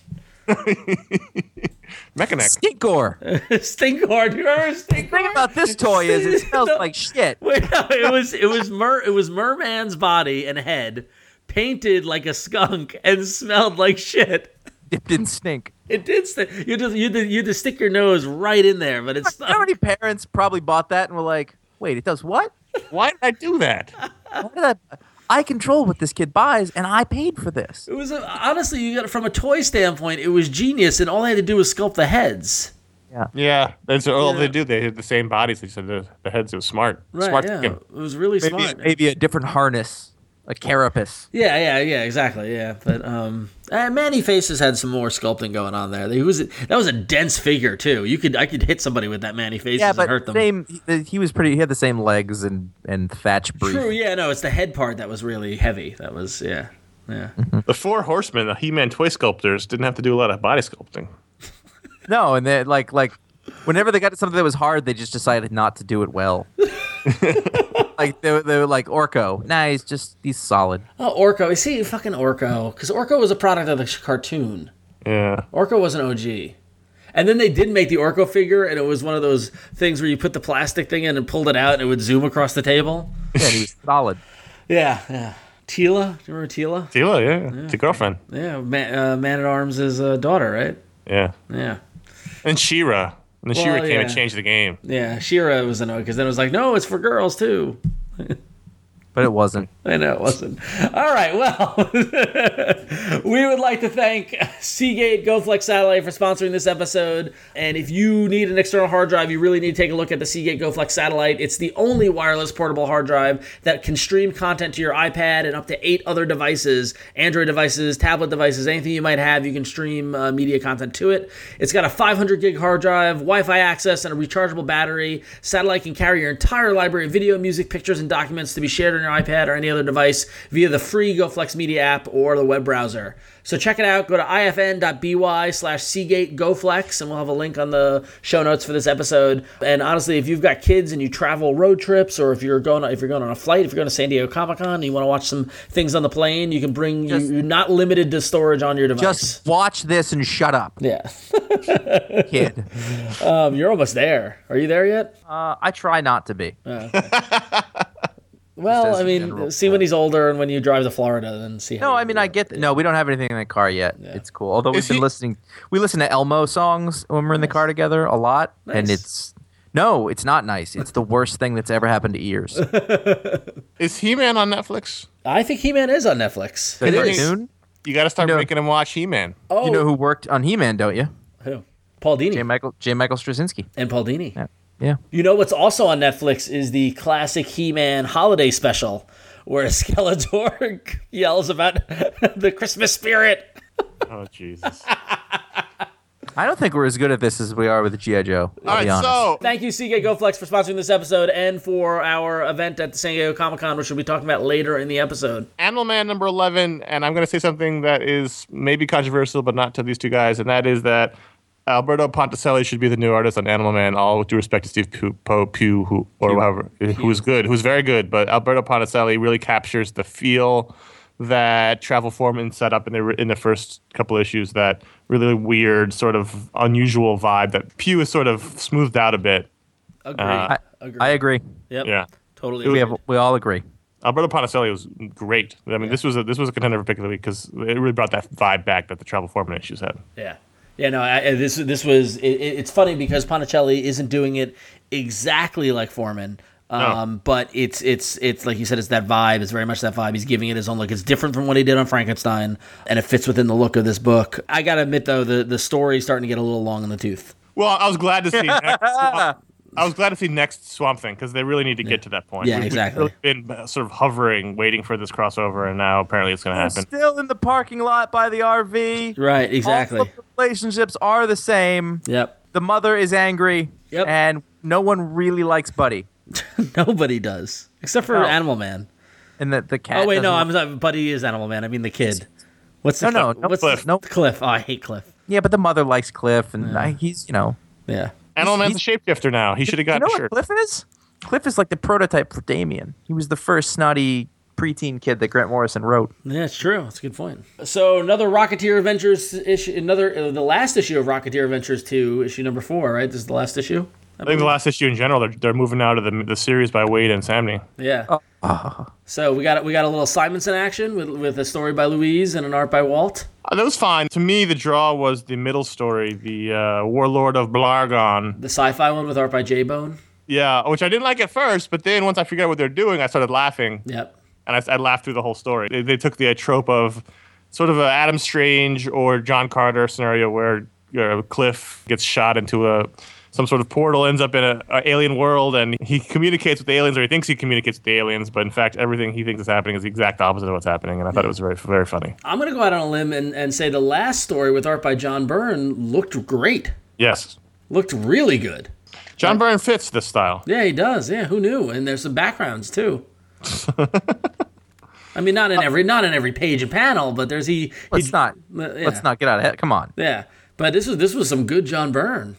Speaker 2: Mechaneck.
Speaker 3: Stinkor.
Speaker 1: Stinkor. Do you remember
Speaker 3: Thing
Speaker 1: Stinkor?
Speaker 3: about this toy is it smells
Speaker 1: No.
Speaker 3: like shit.
Speaker 1: Wait, no, it was it was mer it was Merman's body and head painted like a skunk and smelled like shit.
Speaker 3: Dipped in stink.
Speaker 1: It did. St- you just you did you just stick your nose right in there, but it's
Speaker 3: You know How many parents probably bought that and were like, "Wait, it does what?
Speaker 2: Why did I do that?
Speaker 3: Why did I, I control what this kid buys, and I paid for this."
Speaker 1: It was a, honestly, you got from a toy standpoint, it was genius, and all I had to do was sculpt the heads.
Speaker 2: Yeah, that's all
Speaker 1: Yeah.
Speaker 2: oh, they do. They had the same bodies. They said the, the heads. It was smart.
Speaker 1: Right?
Speaker 2: smart
Speaker 1: yeah,
Speaker 2: thinking.
Speaker 1: it was really
Speaker 3: Maybe,
Speaker 1: smart.
Speaker 3: maybe a different harness, a carapace.
Speaker 1: Yeah, yeah, yeah, exactly. Yeah, but um, eh, Manny Faces had some more sculpting going on there. He was that was a dense figure too. You could I could hit somebody with that Manny Faces
Speaker 3: Yeah,
Speaker 1: and
Speaker 3: but
Speaker 1: hurt them.
Speaker 3: same. He, he was pretty. He had the same legs and and thatch brief.
Speaker 1: True. Yeah, no, it's the head part that was really heavy. That was yeah, yeah.
Speaker 2: The four horsemen, the He-Man toy sculptors, didn't have to do a lot of body sculpting.
Speaker 3: No, and they like like whenever they got something that was hard, they just decided not to do it well. like they, were- they were like Orko. Nah, he's just he's solid.
Speaker 1: Oh, Orko. You see, fucking Orko, because Orko was a product of the sh- cartoon.
Speaker 2: Yeah.
Speaker 1: Orko was an OG. And then they did make the Orko figure, and it was one of those things where you put the plastic thing in and pulled it out, and it would zoom across the table.
Speaker 3: Yeah, he was solid.
Speaker 1: Yeah, yeah. Tila, do you remember Tila?
Speaker 2: Tila, yeah. The girlfriend.
Speaker 1: Yeah, Man, uh, Man at Arms' uh, daughter, right?
Speaker 2: Yeah.
Speaker 1: Yeah,
Speaker 2: And She-Ra. And then She-Ra
Speaker 1: Well,
Speaker 2: came and
Speaker 1: yeah.
Speaker 2: changed the game.
Speaker 1: yeah. Shira was an O because then it was like, no, it's for girls too.
Speaker 3: But it wasn't.
Speaker 1: I know it wasn't. All right, well, we would like to thank Seagate GoFlex Satellite for sponsoring this episode. And if you need an external hard drive, you really need to take a look at the Seagate GoFlex Satellite. It's the only wireless portable hard drive that can stream content to your iPad and up to eight other devices Android devices, tablet devices, anything you might have, you can stream uh, media content to it. It's got a 500 gig hard drive, Wi Fi access, and a rechargeable battery. Satellite can carry your entire library of video, music, pictures, and documents to be shared on your iPad or any other device via the free GoFlex Media app or the web browser. So check it out. Go to ifn.by slash Seagate GoFlex, and we'll have a link on the show notes for this episode. And honestly, if you've got kids and you travel road trips, or if you're going if you're going on a flight, if you're going to San Diego Comic Con, and you want to watch some things on the plane, you can bring you-
Speaker 3: Just-
Speaker 1: you're not limited to storage on your device.
Speaker 3: Just watch this and shut up,
Speaker 1: yeah,
Speaker 3: kid.
Speaker 1: um, you're almost there. Are you there yet?
Speaker 3: Uh, I try not to be.
Speaker 1: Well,
Speaker 3: as
Speaker 1: I
Speaker 3: a
Speaker 1: mean,
Speaker 3: general
Speaker 1: see when he's older and when you drive to Florida, then see. How
Speaker 3: No,
Speaker 1: you
Speaker 3: I mean
Speaker 1: do
Speaker 3: I
Speaker 1: it.
Speaker 3: get. No, we don't have anything in the car yet.
Speaker 1: Yeah.
Speaker 3: It's cool. Although
Speaker 2: Is
Speaker 3: we've been
Speaker 2: he-
Speaker 3: listening, we listen to Elmo songs when we're in the car together a lot, and
Speaker 1: Nice.
Speaker 3: it's no, it's not nice. It's the worst thing that's ever happened to ears. The
Speaker 2: Is He Man on Netflix?
Speaker 1: I think He Man is on Netflix. It is.
Speaker 3: cartoon.
Speaker 2: You got to start
Speaker 3: No.
Speaker 2: making him watch He Man.
Speaker 1: Oh,
Speaker 3: You know who worked on He-Man, don't you?
Speaker 1: who? Paul Dini
Speaker 3: J. Michael J. Michael Straczynski.
Speaker 1: and Paul Dini.
Speaker 3: Yeah. Yeah.
Speaker 1: You know what's also on Netflix is the classic He-Man holiday special, where Skeletor yells about the Christmas spirit.
Speaker 2: Oh Jesus!
Speaker 3: I don't think we're as good at this as we are with G.I. Joe. I'll
Speaker 2: All right,
Speaker 3: be honest.
Speaker 2: so
Speaker 1: Thank you, CK GoFlex, for sponsoring this episode and for our event at the San Diego Comic Con, which we'll be talking about later in the episode.
Speaker 2: Animal Man number 11, and I'm going to say something that is maybe controversial, but not to these two guys, and that is that Alberto Ponticelli should be the new artist on Animal Man, all with due respect to Steve Pu- Po Pugh, who, or however, who's good, who's very good, but Alberto Ponticelli really captures the feel that Travel Foreman set up in the, in the first couple issues, that really weird, sort of unusual vibe that Pugh is sort of smoothed out a bit.
Speaker 1: Agreed.
Speaker 3: I,
Speaker 1: Agreed.
Speaker 3: Uh, I agree.
Speaker 1: Yep.
Speaker 2: Yeah.
Speaker 1: Totally.
Speaker 3: We
Speaker 1: agree.
Speaker 3: have we all agree.
Speaker 2: Alberto Uh, Ponticelli was great. I mean, this was a, this was a contender for pick of the week because it really brought that vibe back that the Travel Foreman issues had.
Speaker 1: Yeah, yeah. No, I, I- this this was. It, it- it's funny because Ponticelli isn't doing it exactly like Foreman. Um, but it's it's it's like you said, it's that vibe. It's very much that vibe. He's giving it his own look. It's different from what he did on Frankenstein, and it fits within the look of this book. I gotta admit though, the the story's starting to get a little long in the tooth.
Speaker 2: Well, I was glad to see. next Swamp- I was glad to see next Swamp Thing because they really need to get to that point.
Speaker 1: Yeah,
Speaker 2: We've
Speaker 1: exactly.
Speaker 2: really been uh, sort of hovering, waiting for this crossover, and now apparently it's going to happen.
Speaker 3: Still in the parking lot by the RV.
Speaker 1: Right. Exactly.
Speaker 3: All the relationships are the same.
Speaker 1: Yep.
Speaker 3: The mother is angry.
Speaker 1: Yep.
Speaker 3: And no one really likes Buddy.
Speaker 1: Nobody does except for
Speaker 3: No.
Speaker 1: Animal Man.
Speaker 3: And that the cat.
Speaker 1: Oh wait, no,
Speaker 3: doesn't-
Speaker 1: I'm not, Buddy is Animal Man. I mean the kid. What's the
Speaker 3: No, no, no,
Speaker 1: what's
Speaker 2: Cliff.
Speaker 1: No, Cliff. Oh, I hate Cliff.
Speaker 3: Yeah, but the mother likes Cliff, and I, he's you know.
Speaker 1: Yeah.
Speaker 2: Animal Man's a shapeshifter now. He should have
Speaker 3: you
Speaker 2: gotten
Speaker 3: know
Speaker 2: a
Speaker 3: what
Speaker 2: shirt.
Speaker 3: Cliff is? Cliff is like the prototype for Damien. He was the first snotty preteen kid that Grant Morrison wrote.
Speaker 1: Yeah, it's true. That's a good point. So another Rocketeer Adventures issue, another uh, the last issue of Rocketeer Adventures two, issue number four, right? This is the last issue.
Speaker 2: I think the last issue in general, they're, they're moving out of the, the series by Wade and Samney.
Speaker 1: Yeah. So we got we got a little Simonson action with with a story by Louise and an art by Walt.
Speaker 2: Uh, that was fine. To me, the draw was the middle story, the uh, Warlord of Blargon.
Speaker 1: The sci-fi one with art by J Bone.
Speaker 2: Yeah, which I didn't like at first, but then once I figured out what they're doing, I started laughing,
Speaker 1: Yep.
Speaker 2: and I, I laughed through the whole story. They, they took the uh, trope of sort of a Adam Strange or John Carter scenario where uh, Cliff gets shot into a some sort of portal, ends up in a, a alien world, and he communicates with the aliens, or he thinks he communicates with the aliens, but in fact, everything he thinks is happening is the exact opposite of what's happening. And I thought it was very, very funny.
Speaker 1: I'm gonna go out on a limb and, and say the last story with art by John Byrne looked great.
Speaker 2: Yes,
Speaker 1: Looked really good.
Speaker 2: John Byrne fits this style.
Speaker 1: Yeah, he does. Yeah, who knew? And there's some backgrounds too. I mean, not in every not in every page and panel, but there's he.
Speaker 3: Let's
Speaker 1: he-
Speaker 3: not.
Speaker 1: Uh, yeah.
Speaker 3: Let's not get out of it. Come on.
Speaker 1: Yeah, but this was this was some good John Byrne.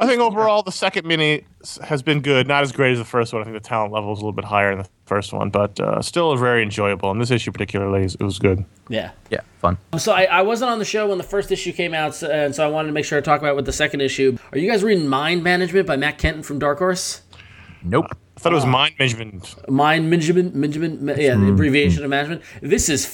Speaker 2: I think overall the second mini s- has been good, not as great as the first one. I think the talent level is a little bit higher in the first one, but uh, still very enjoyable. And this issue particularly, is, it was good.
Speaker 1: Yeah.
Speaker 3: Yeah, fun.
Speaker 1: So I, I wasn't on the show when the first issue came out, so, and so I wanted to make sure I talk about it with the second issue. Are you guys reading Mind Management by Matt Kenton from Dark Horse?
Speaker 3: Nope.
Speaker 2: I thought it was mind management.
Speaker 1: Mind Management, Management, ma- yeah, the abbreviation of management. This is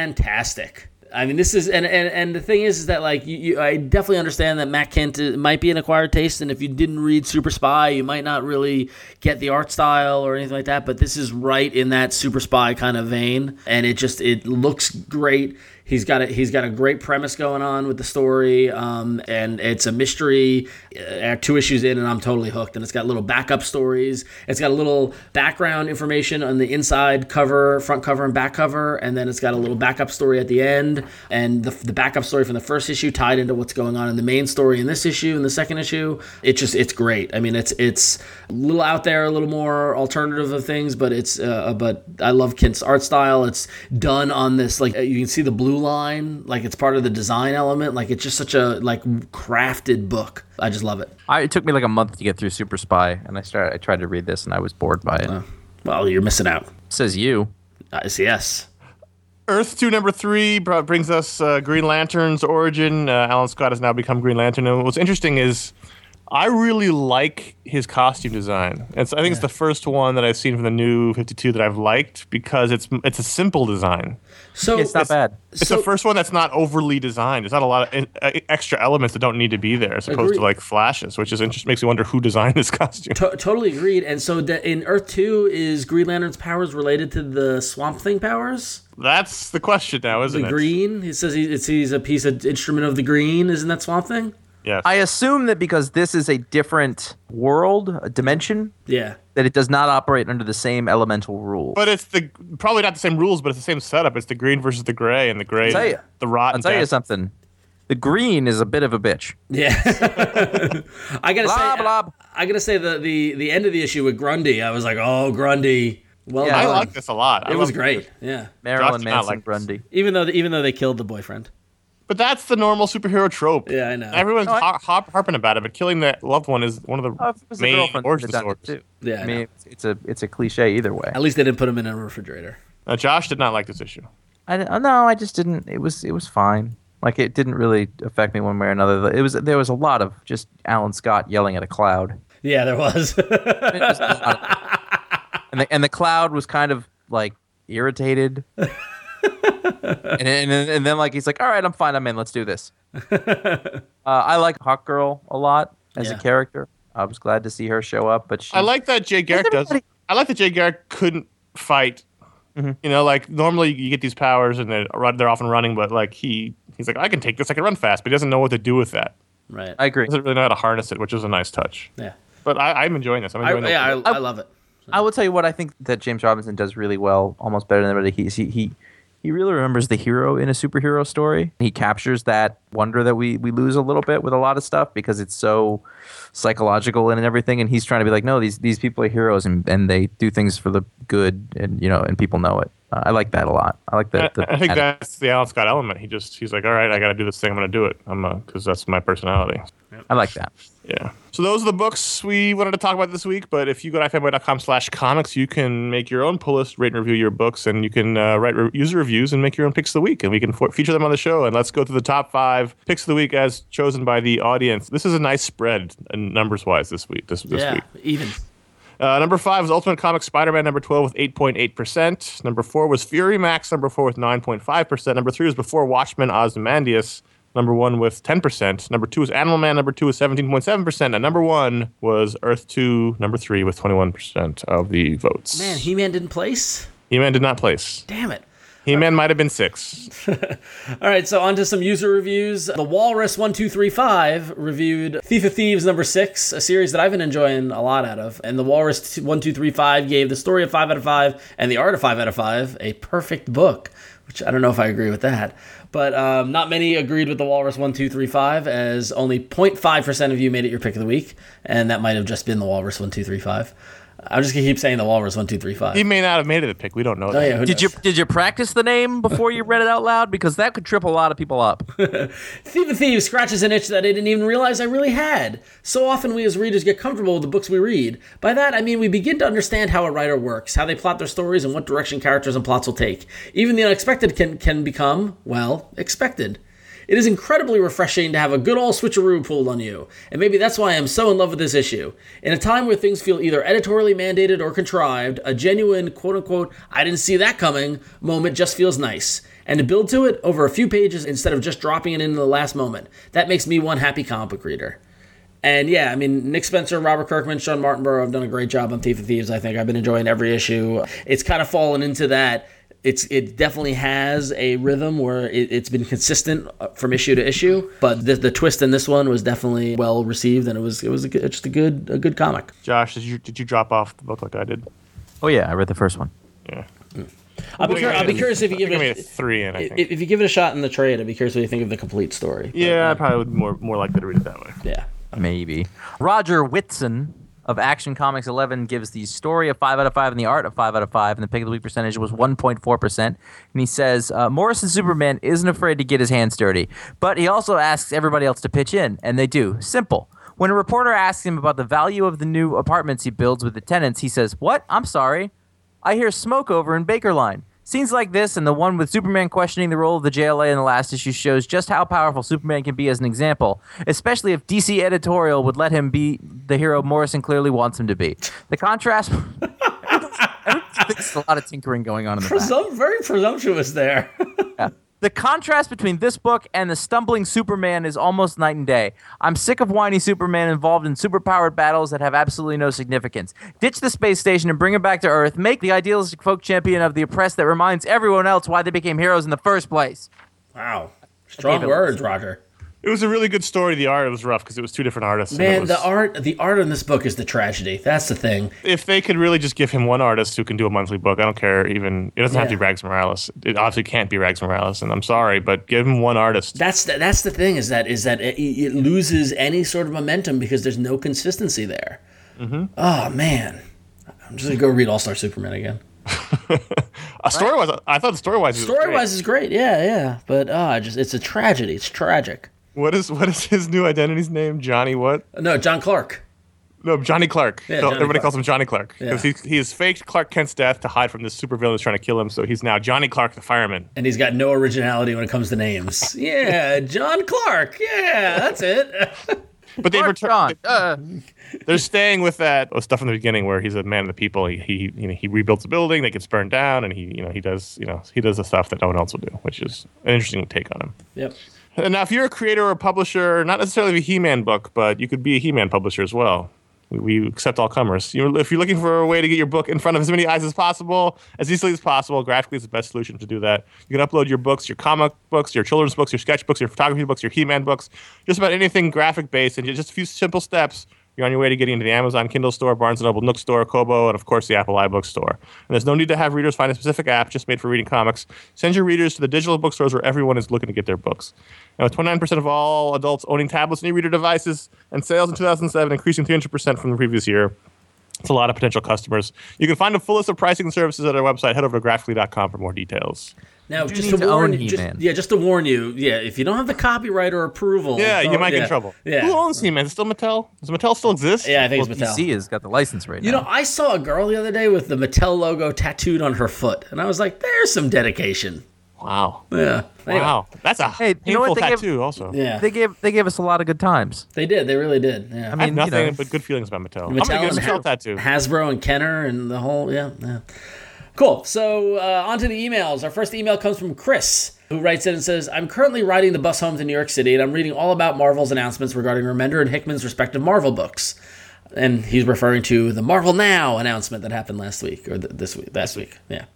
Speaker 1: fantastic. I mean, this is and and, and the thing is, is that like you, you, I definitely understand that Matt Kent uh, might be an acquired taste, and if you didn't read Super Spy, you might not really get the art style or anything like that. But this is right in that Super Spy kind of vein, and it just it looks great. He's got a he's got a great premise going on with the story, um, and it's a mystery. Uh, two issues in, and I'm totally hooked. And it's got little backup stories. It's got a little background information on the inside cover, front cover, and back cover, and then it's got a little backup story at the end. And the, the backup story from the first issue tied into what's going on in the main story in this issue and the second issue. It just it's great. I mean, it's it's a little out there, a little more alternative of things, but it's uh, but I love Kent's art style. It's done on this like uh, you can see the blue line, like it's part of the design element. Like it's just such a like crafted book. I just love it.
Speaker 3: I, it took me like a month to get through Super Spy, and I started. I tried to read this, and I was bored by it.
Speaker 1: Well, you're missing out.
Speaker 3: Says you.
Speaker 1: Uh, it's a yes.
Speaker 2: Earth 2 number 3 brought, brings us uh, Green Lantern's origin. Uh, Alan Scott has now become Green Lantern. And what's interesting is I really like his costume design. It's, I think it's the first one that I've seen from the new 52 that I've liked because it's it's a simple design.
Speaker 1: So
Speaker 3: It's not bad.
Speaker 2: It's
Speaker 1: So-
Speaker 2: the first one that's not overly designed. There's not a lot of uh, extra elements that don't need to be there, as opposed to
Speaker 1: Agreed.
Speaker 2: like flashes, which is interesting. Makes me wonder who designed this costume.
Speaker 1: To- totally agreed. And so that in Earth Two, is Green Lantern's powers related to the Swamp Thing powers?
Speaker 2: That's the question now, isn't
Speaker 1: The
Speaker 2: it?
Speaker 1: Green. He says he, it's, he's a piece of instrument of the Green. Isn't that Swamp Thing?
Speaker 2: Yes.
Speaker 3: I assume that because this is a different world, a dimension,
Speaker 1: Yeah.
Speaker 3: that it does not operate under the same elemental rule.
Speaker 2: but it's the probably not the same rules, but it's the same setup. It's the green versus the gray, and the gray,
Speaker 3: tell ya.
Speaker 2: the rotten.
Speaker 3: I'll tell you
Speaker 2: bastard.
Speaker 3: something. The green is a bit of a bitch.
Speaker 1: Yeah. I gotta
Speaker 2: uh,
Speaker 3: Blah,
Speaker 1: say,
Speaker 3: blah.
Speaker 1: I gotta say the, the the end of the issue with Grundy, I was like, oh Grundy. Well,
Speaker 3: Yeah,
Speaker 2: I
Speaker 1: done.
Speaker 2: like this a lot. I
Speaker 1: It was
Speaker 2: love-
Speaker 1: great. Yeah.
Speaker 3: Marilyn
Speaker 2: Josh did not
Speaker 3: Manson
Speaker 2: like this.
Speaker 3: Grundy.
Speaker 1: Even though even though they killed the boyfriend.
Speaker 2: But that's the normal superhero trope.
Speaker 1: Yeah, I know.
Speaker 2: Everyone's
Speaker 3: No, I-
Speaker 2: har- har- harping about it, but killing that loved one is one of the
Speaker 3: Oh, if it was the
Speaker 2: main
Speaker 3: girlfriend,
Speaker 2: origin
Speaker 3: they'd have done it
Speaker 2: stories.
Speaker 3: too.
Speaker 1: Yeah, I
Speaker 3: I
Speaker 1: know.
Speaker 3: mean, it's, it's a it's a cliche either way.
Speaker 1: At least they didn't put him in a refrigerator.
Speaker 2: Uh, Josh did not like this issue.
Speaker 3: I d- no, I just didn't. It was it was fine. Like it didn't really affect me one way or another. It was there was a lot of just Alan Scott yelling at a cloud,
Speaker 1: Yeah, there was.
Speaker 3: and the and the cloud was kind of like irritated. and, then- and then- and then like he's like, all right, I'm fine. I'm in. Let's do this. uh, I like Hawk Girl a lot as
Speaker 1: Yeah.
Speaker 3: a character. I was glad to see her show up, but she,
Speaker 2: I like that Jay Garrick does.
Speaker 3: everybody- Mm-hmm.
Speaker 2: I like that Jay Garrick couldn't fight. You know, like normally you get these powers and they're, run- they're often running, but like he he's like, I can take this, I can run fast, but he doesn't know what to do with that.
Speaker 1: right.
Speaker 3: I agree.
Speaker 2: He doesn't really know how to harness it, which is a nice touch.
Speaker 1: yeah.
Speaker 2: But I, I'm enjoying this. I'm
Speaker 1: I,
Speaker 2: enjoying
Speaker 1: yeah, I,
Speaker 2: the,
Speaker 1: I love it.
Speaker 3: I will tell you what I think that James Robinson does really well, almost better than anybody. He's, he he he really remembers the hero in a superhero story. He captures that wonder that we we lose a little bit with a lot of stuff because it's so psychological and everything. And he's trying to be like, no, these these people are heroes and, and they do things for the good, and you know, and people know it. Uh, I like that a lot. I like that.
Speaker 2: I,
Speaker 3: the
Speaker 2: I think that's the Alan Scott element. He just he's like, all right, I got to do this thing. I'm going to do it. I'm because that's my personality.
Speaker 3: I like that.
Speaker 2: Yeah. So those are the books we wanted to talk about this week. But if you go to ifanboy.com slash comics, you can make your own pull list, rate and review your books, and you can uh, write re- user reviews and make your own picks of the week. And we can for- feature them on the show. And let's go through the top five picks of the week as chosen by the audience. This is a nice spread numbers wise this week. This, this
Speaker 1: yeah,
Speaker 2: week.
Speaker 1: even.
Speaker 2: Uh, number five was Ultimate Comics Spider Man, number 12, with 8.8%. Number four was Fury Max, number four, with 9.5%. Number three was Before Watchmen Ozymandias, number one, with 10%. Number two was Animal Man, number two, with 17.7%. And number one was Earth 2, number three, with 21% of the votes.
Speaker 1: Man, He Man didn't place.
Speaker 2: He Man did not place.
Speaker 1: Damn it.
Speaker 2: He Man might have been six.
Speaker 1: All right, so on to some user reviews. The Walrus one two three five reviewed Thief of Thieves number six, a series that I've been enjoying a lot out of. And the Walrus one two three five gave the story a five out of five and the art a five out of five, a perfect book. Which I don't know if I agree with that, but um, not many agreed with the Walrus one two three five, as only 0.5 percent of you made it your pick of the week, and that might have just been the Walrus one two three five. I'm just gonna keep saying the Walrus one two three five.
Speaker 2: He may not have made it a pick. We don't know.
Speaker 1: Oh
Speaker 2: that.
Speaker 1: yeah, who
Speaker 3: Did
Speaker 1: knows?
Speaker 3: you did you practice the name before you read it out loud? Because that could trip a lot of people up.
Speaker 1: Thief of Thieves scratches an itch that I didn't even realize I really had. So often we as readers get comfortable with the books we read. By that, I mean we begin to understand how a writer works, how they plot their stories, and what direction characters and plots will take. Even the unexpected can, can become, well, expected. It is incredibly refreshing to have a good old switcheroo pulled on you, and maybe that's why I am so in love with this issue. In a time where things feel either editorially mandated or contrived, a genuine quote unquote, I didn't see that coming moment just feels nice. And to build to it over a few pages instead of just dropping it in the last moment, that makes me one happy comic book reader. And yeah, I mean, Nick Spencer, Robert Kirkman, Sean Martinborough have done a great job on Thief of Thieves. I think I've been enjoying every issue. It's kind of fallen into that. It's it definitely has a rhythm where it, it's been consistent uh, from issue to issue. But the, the twist in this one was definitely well received, and it was it was a good, just a good a good comic.
Speaker 2: Josh, did you, did you drop off the book like I did?
Speaker 3: oh yeah, I read the first one.
Speaker 2: Yeah.
Speaker 1: I'll be, cur- I'll be curious if you
Speaker 2: I
Speaker 1: give
Speaker 2: think I
Speaker 1: it
Speaker 2: made a three in, I
Speaker 1: if,
Speaker 2: think.
Speaker 1: if you give it a shot in the trade. I'd be curious what you think of the complete story.
Speaker 2: yeah, I probably would be more, more likely to read it that way.
Speaker 1: Yeah.
Speaker 3: Maybe. Roger Whitson of Action Comics 11 gives the story a 5 out of 5 and the art a 5 out of 5, and the pick of the week percentage was 1.4%. And he says, uh, Morrison Superman isn't afraid to get his hands dirty, but he also asks everybody else to pitch in, and they do. Simple. When a reporter asks him about the value of the new apartments he builds with the tenants, he says, What? I'm sorry. I hear smoke over in Baker Line. Scenes like this and the one with Superman questioning the role of the JLA in the last issue shows just how powerful Superman can be as an example, especially if DC editorial would let him be the hero Morrison clearly wants him to be. The contrast. There's a lot of tinkering going on in the back.
Speaker 1: Presum- very presumptuous there.
Speaker 3: The contrast between this book and the stumbling Superman is almost night and day. I'm sick of whiny Superman involved in superpowered battles that have absolutely no significance. Ditch the space station and bring him back to Earth. Make the idealistic folk champion of the oppressed that reminds everyone else why they became heroes in the first place.
Speaker 1: wow. Strong
Speaker 3: gave it-
Speaker 1: words, Roger.
Speaker 2: It was a really good story. The art was rough because it was two different artists. and it
Speaker 1: Man,
Speaker 2: was-
Speaker 1: the art the art in this book is the tragedy. That's the thing.
Speaker 2: if they could really just give him one artist who can do a monthly book, I don't care. Even it doesn't have to
Speaker 1: Yeah.
Speaker 2: be Rags Morales. It obviously can't be Rags Morales, and I'm sorry, but give him one artist.
Speaker 1: That's the, that's the thing is that is that it, it loses any sort of momentum because there's no consistency there. Oh man, I'm just gonna go read All Star Superman again.
Speaker 2: Uh, story wise, I thought the story wise.
Speaker 1: Story wise is great, yeah, yeah, but ah, just it's a tragedy. It's tragic.
Speaker 2: what is what is his new identity's name? Johnny what?
Speaker 1: No, John Clark.
Speaker 2: No, Johnny Clark.
Speaker 1: Yeah,
Speaker 2: So
Speaker 1: Johnny
Speaker 2: Everybody
Speaker 1: Clark.
Speaker 2: calls him Johnny Clark because
Speaker 1: Yeah.
Speaker 2: he he has faked Clark Kent's death to hide from this supervillain that's trying to kill him. So he's now Johnny Clark, the fireman.
Speaker 1: and he's got no originality when it comes to names. Yeah, John Clark. Yeah, that's it.
Speaker 2: But they've
Speaker 3: Mark John,
Speaker 2: returned.
Speaker 3: uh,
Speaker 2: They're staying with that oh, stuff from the beginning where he's a man of the people. He, he you know he rebuilds a building that gets burned down, and he you know he does you know he does the stuff that no one else will do, which is an interesting take on him.
Speaker 1: yep.
Speaker 2: And now, if you're a creator or a publisher, not necessarily a He-Man book, but you could be a He-Man publisher as well. We, we accept all comers. You, if you're looking for a way to get your book in front of as many eyes as possible, as easily as possible, graphically is the best solution to do that. You can upload your books, your comic books, your children's books, your sketchbooks, your photography books, your He-Man books, just about anything graphic-based, and just a few simple steps. You're on your way to getting into the Amazon Kindle store, Barnes & Noble Nook store, Kobo, and of course the Apple iBook store. And there's no need to have readers find a specific app just made for reading comics. Send your readers to the digital bookstores where everyone is looking to get their books. And with 29% of all adults owning tablets and e-reader devices, and sales in 2007 increasing 300% from the previous year, it's a lot of potential customers. You can find a full list of pricing and services at our website. Head over to graphically.com for more details.
Speaker 1: Now,
Speaker 3: do
Speaker 1: just to,
Speaker 3: need to
Speaker 1: warn
Speaker 3: own
Speaker 1: you, just,
Speaker 3: He-Man.
Speaker 1: yeah, just to warn you, yeah, if you don't have the copyright or approval,
Speaker 2: Yeah, you
Speaker 1: don't-
Speaker 2: might get
Speaker 1: yeah,
Speaker 2: in trouble.
Speaker 1: Yeah,
Speaker 2: Who owns He-Man? Is it still Mattel? Does Mattel still exist?
Speaker 1: yeah, I think
Speaker 3: well,
Speaker 1: it's Mattel.
Speaker 3: DC has got the license right
Speaker 1: You
Speaker 3: now.
Speaker 1: know, I saw a girl the other day with the Mattel logo tattooed on her foot, and I was like, "There's some dedication."
Speaker 2: Wow.
Speaker 1: Yeah. Anyway,
Speaker 2: Wow. That's a
Speaker 3: Hey,
Speaker 2: painful
Speaker 3: you know what they give-
Speaker 2: tattoo also.
Speaker 1: Yeah, they,
Speaker 3: they gave they gave us a lot of good times.
Speaker 1: did. They really did. Yeah.
Speaker 2: I
Speaker 3: mean,
Speaker 2: have
Speaker 3: you know,
Speaker 2: nothing but good feelings about Mattel. I'm
Speaker 1: Mattel
Speaker 2: gonna
Speaker 1: and
Speaker 2: get a Mattel
Speaker 1: Ha-
Speaker 2: tattoo.
Speaker 1: Hasbro and Kenner and the whole yeah. yeah. Cool. So uh, on to the emails. Our first email comes from Chris, who writes in and says, "I'm currently riding the bus home to New York City, and I'm reading all about Marvel's announcements regarding Remender and Hickman's respective Marvel books." And he's referring to the Marvel Now announcement that happened last week or th- this week. Last week, yeah.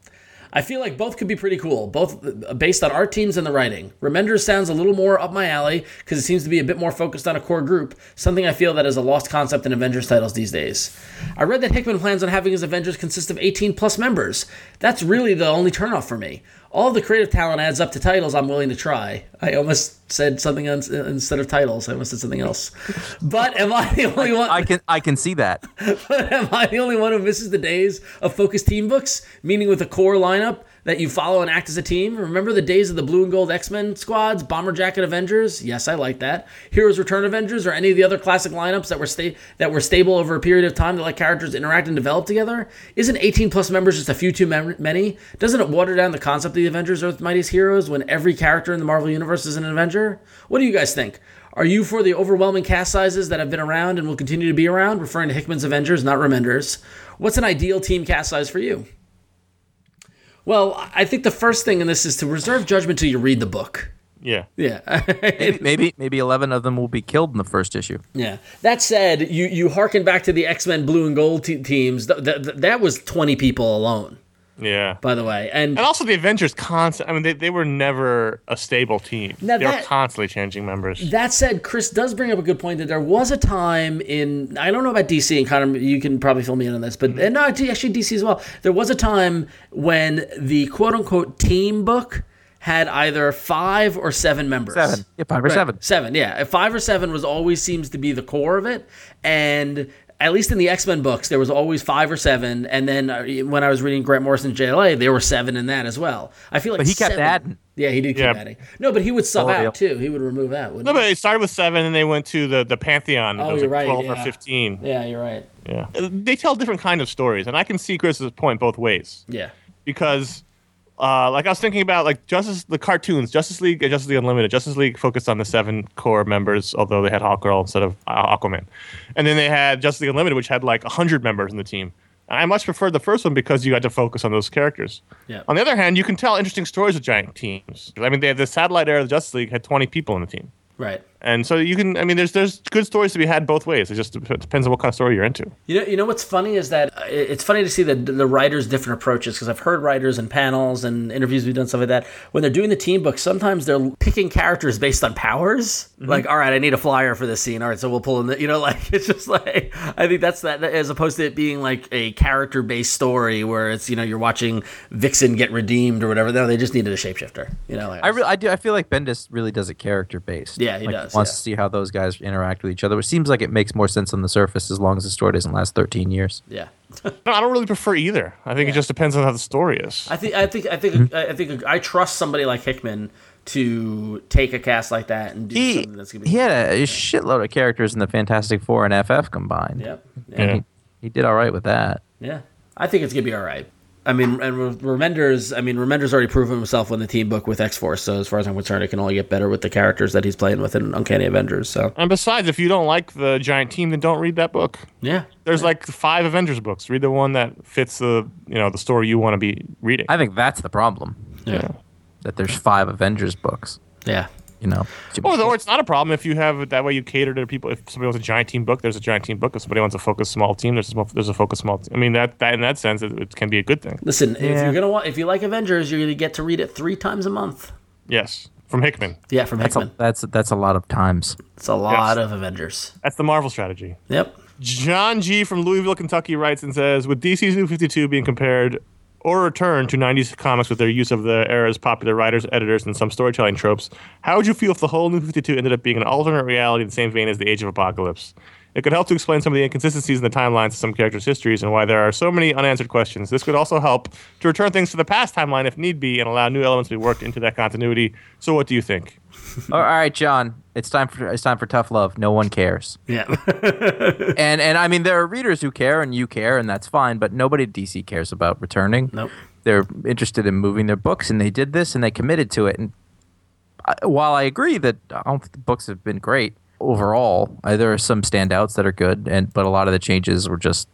Speaker 1: I feel like both could be pretty cool, both uh, based on art teams and the writing. Remender sounds a little more up my alley because it seems to be a bit more focused on a core group, something I feel that is a lost concept in Avengers titles these days. I read that Hickman plans on having his Avengers consist of 18 plus members. That's really the only turnoff for me. All the creative talent adds up to titles I'm willing to try. I almost said something else uh, instead of titles. I almost said something else. But am I the only one?
Speaker 3: I can I can see that.
Speaker 1: But am I the only one who misses the days of focused team books, meaning with a core lineup that you follow and act as a team? Remember the days of the blue and gold X Men squads, Bomber Jacket Avengers? Yes, I like that. Heroes Return Avengers, or any of the other classic lineups that were sta- that were stable over a period of time that let characters interact and develop together? Isn't 18 plus members just a few too mem- many? Doesn't it water down the concept of the Avengers Earth's Mightiest Heroes when every character in the Marvel Universe is an Avenger? What do you guys think? Are you for the overwhelming cast sizes that have been around and will continue to be around, referring to Hickman's Avengers, not Remenders? What's an ideal team cast size for you? Well, I think the first thing in this is to reserve judgment till you read the book.
Speaker 2: Yeah.
Speaker 1: Yeah.
Speaker 3: Maybe maybe eleven of them will be killed in the first issue.
Speaker 1: yeah. That said, you, you hearken back to the X Men blue and gold te- teams. Th- th- th- that was 20 people alone,
Speaker 2: Yeah.
Speaker 1: by the way. And
Speaker 2: And also the Avengers constant. I mean, they, they were never a stable team.
Speaker 1: Now
Speaker 2: they were
Speaker 1: that-
Speaker 2: constantly changing members.
Speaker 1: That said, Chris does bring up a good point that there was a time in I don't know about DC and Connor, you can probably fill me in on this,
Speaker 3: Mm-hmm.
Speaker 1: but and no, actually DC as well. There was a time when the quote unquote team book had either five or seven members.
Speaker 3: Seven. Yeah, five or seven.
Speaker 1: Seven, yeah. Five or seven was always seems to be the core of it, and at least in the X Men books, there was always five or seven. And then uh, when I was reading Grant Morrison's JLA, there were seven in that as well. I feel like
Speaker 3: he kept
Speaker 1: seven-
Speaker 3: adding.
Speaker 1: Yeah, he did keep
Speaker 2: Yeah.
Speaker 1: adding. No, but he would sub
Speaker 3: Oh, yeah.
Speaker 1: out too. He would remove out. wouldn't
Speaker 2: No,
Speaker 1: he?
Speaker 2: but it started with seven, and they went to the the pantheon.
Speaker 1: Oh,
Speaker 2: It was
Speaker 1: you're
Speaker 2: like
Speaker 1: right,
Speaker 2: Twelve
Speaker 1: yeah.
Speaker 2: or fifteen.
Speaker 1: Yeah, you're right.
Speaker 2: Yeah. They tell different kind of stories, and I can see Chris's point both ways
Speaker 1: Yeah.
Speaker 2: because uh, like I was thinking about like Justice the cartoons, Justice League and Justice League Unlimited. Justice League focused on the seven core members, although they had Hawkgirl instead of uh, Aquaman, and then they had Justice League Unlimited, which had like hundred members in the team. And I much preferred the first one because you got to focus on those characters.
Speaker 1: Yeah.
Speaker 2: On the other hand, you can tell interesting stories with giant teams. I mean, they had the satellite era of the Justice League had twenty people in the team,
Speaker 1: Right.
Speaker 2: and so you can. I mean, there's there's good stories to be had both ways. It just dep- depends on what kind of story you're into.
Speaker 1: You know, you know what's funny is that uh, it- it's funny to see the the writers' different approaches because I've heard writers and panels and interviews we've done stuff like that. When they're doing the team book, sometimes they're picking characters based on powers. Like, all right, I need a flyer for this scene. All right, so we'll pull in the. You know, like it's just like I think that's that as opposed to it being like a character based story where it's you know you're watching Vixen get redeemed or whatever. No, they just needed a shapeshifter. You know, like,
Speaker 3: I, re- I do. I feel like Bendis really does it character based.
Speaker 1: Yeah, he
Speaker 3: Like,
Speaker 1: does,
Speaker 3: Wants
Speaker 1: yeah.
Speaker 3: to see how those guys interact with each other, which seems like it makes more sense on the surface as long as the story doesn't last 13 years.
Speaker 1: yeah.
Speaker 2: No, I don't really prefer either. I think it just depends on how the story is.
Speaker 1: I think I think I think I think I trust somebody like Hickman to take a cast like that and do
Speaker 3: He,
Speaker 1: something that's gonna be.
Speaker 3: he had a shitload of characters in the Fantastic Four and FF combined.
Speaker 1: Yep. Yeah.
Speaker 2: Yeah.
Speaker 1: yeah.
Speaker 3: He did all right with that.
Speaker 1: I think it's going to be all right. I mean, and Re- Remender's, I mean, Remender's already proven himself in the team book with X Force. So, as far as I'm concerned, it can only get better with the characters that he's playing with in Uncanny Avengers. So,
Speaker 2: And besides, if you don't like the giant team, then don't read that book.
Speaker 1: yeah.
Speaker 2: There's like five Avengers books. Read the one that fits the you know the story you want to be reading.
Speaker 3: I think that's the problem
Speaker 1: Yeah.
Speaker 3: that there's five Avengers books.
Speaker 1: Yeah.
Speaker 3: You know,
Speaker 1: Oh,
Speaker 2: Or, or it's not a problem if you have it that way. You cater to people. If somebody wants a giant team book, there's a giant team book. If somebody wants a focus small team, there's a small, there's a focus small team. I mean that, that in that sense, it, it can be a good thing.
Speaker 1: Listen, if
Speaker 3: Yeah.
Speaker 1: you're gonna want, if you like Avengers, you're gonna get to read it three times a month.
Speaker 2: Yes, from Hickman.
Speaker 1: Yeah, from
Speaker 3: that's,
Speaker 1: Hickman.
Speaker 3: a, that's that's a lot of times.
Speaker 1: it's a lot of Avengers.
Speaker 2: That's the Marvel strategy.
Speaker 1: Yep.
Speaker 2: John G from Louisville, Kentucky writes and says, with DC's New 52 being compared or returned to 90s comics with their use of the era's popular writers, editors, and some storytelling tropes, how would you feel if the whole New 52 ended up being an alternate reality in the same vein as the Age of Apocalypse? It could help to explain some of the inconsistencies in the timelines of some characters' histories and why there are so many unanswered questions. This could also help to return things to the past timeline if need be and allow new elements to be worked into that continuity. So what do you think?
Speaker 3: all right, John, it's time for it's time for tough love. No one cares.
Speaker 1: Yeah.
Speaker 3: and and I mean there are readers who care and you care and that's fine, but nobody at DC cares about returning.
Speaker 1: Nope.
Speaker 3: They're interested in moving their books and they did this and they committed to it and I, while I agree that I don't think the books have been great overall, uh, there are some standouts that are good and but a lot of the changes were just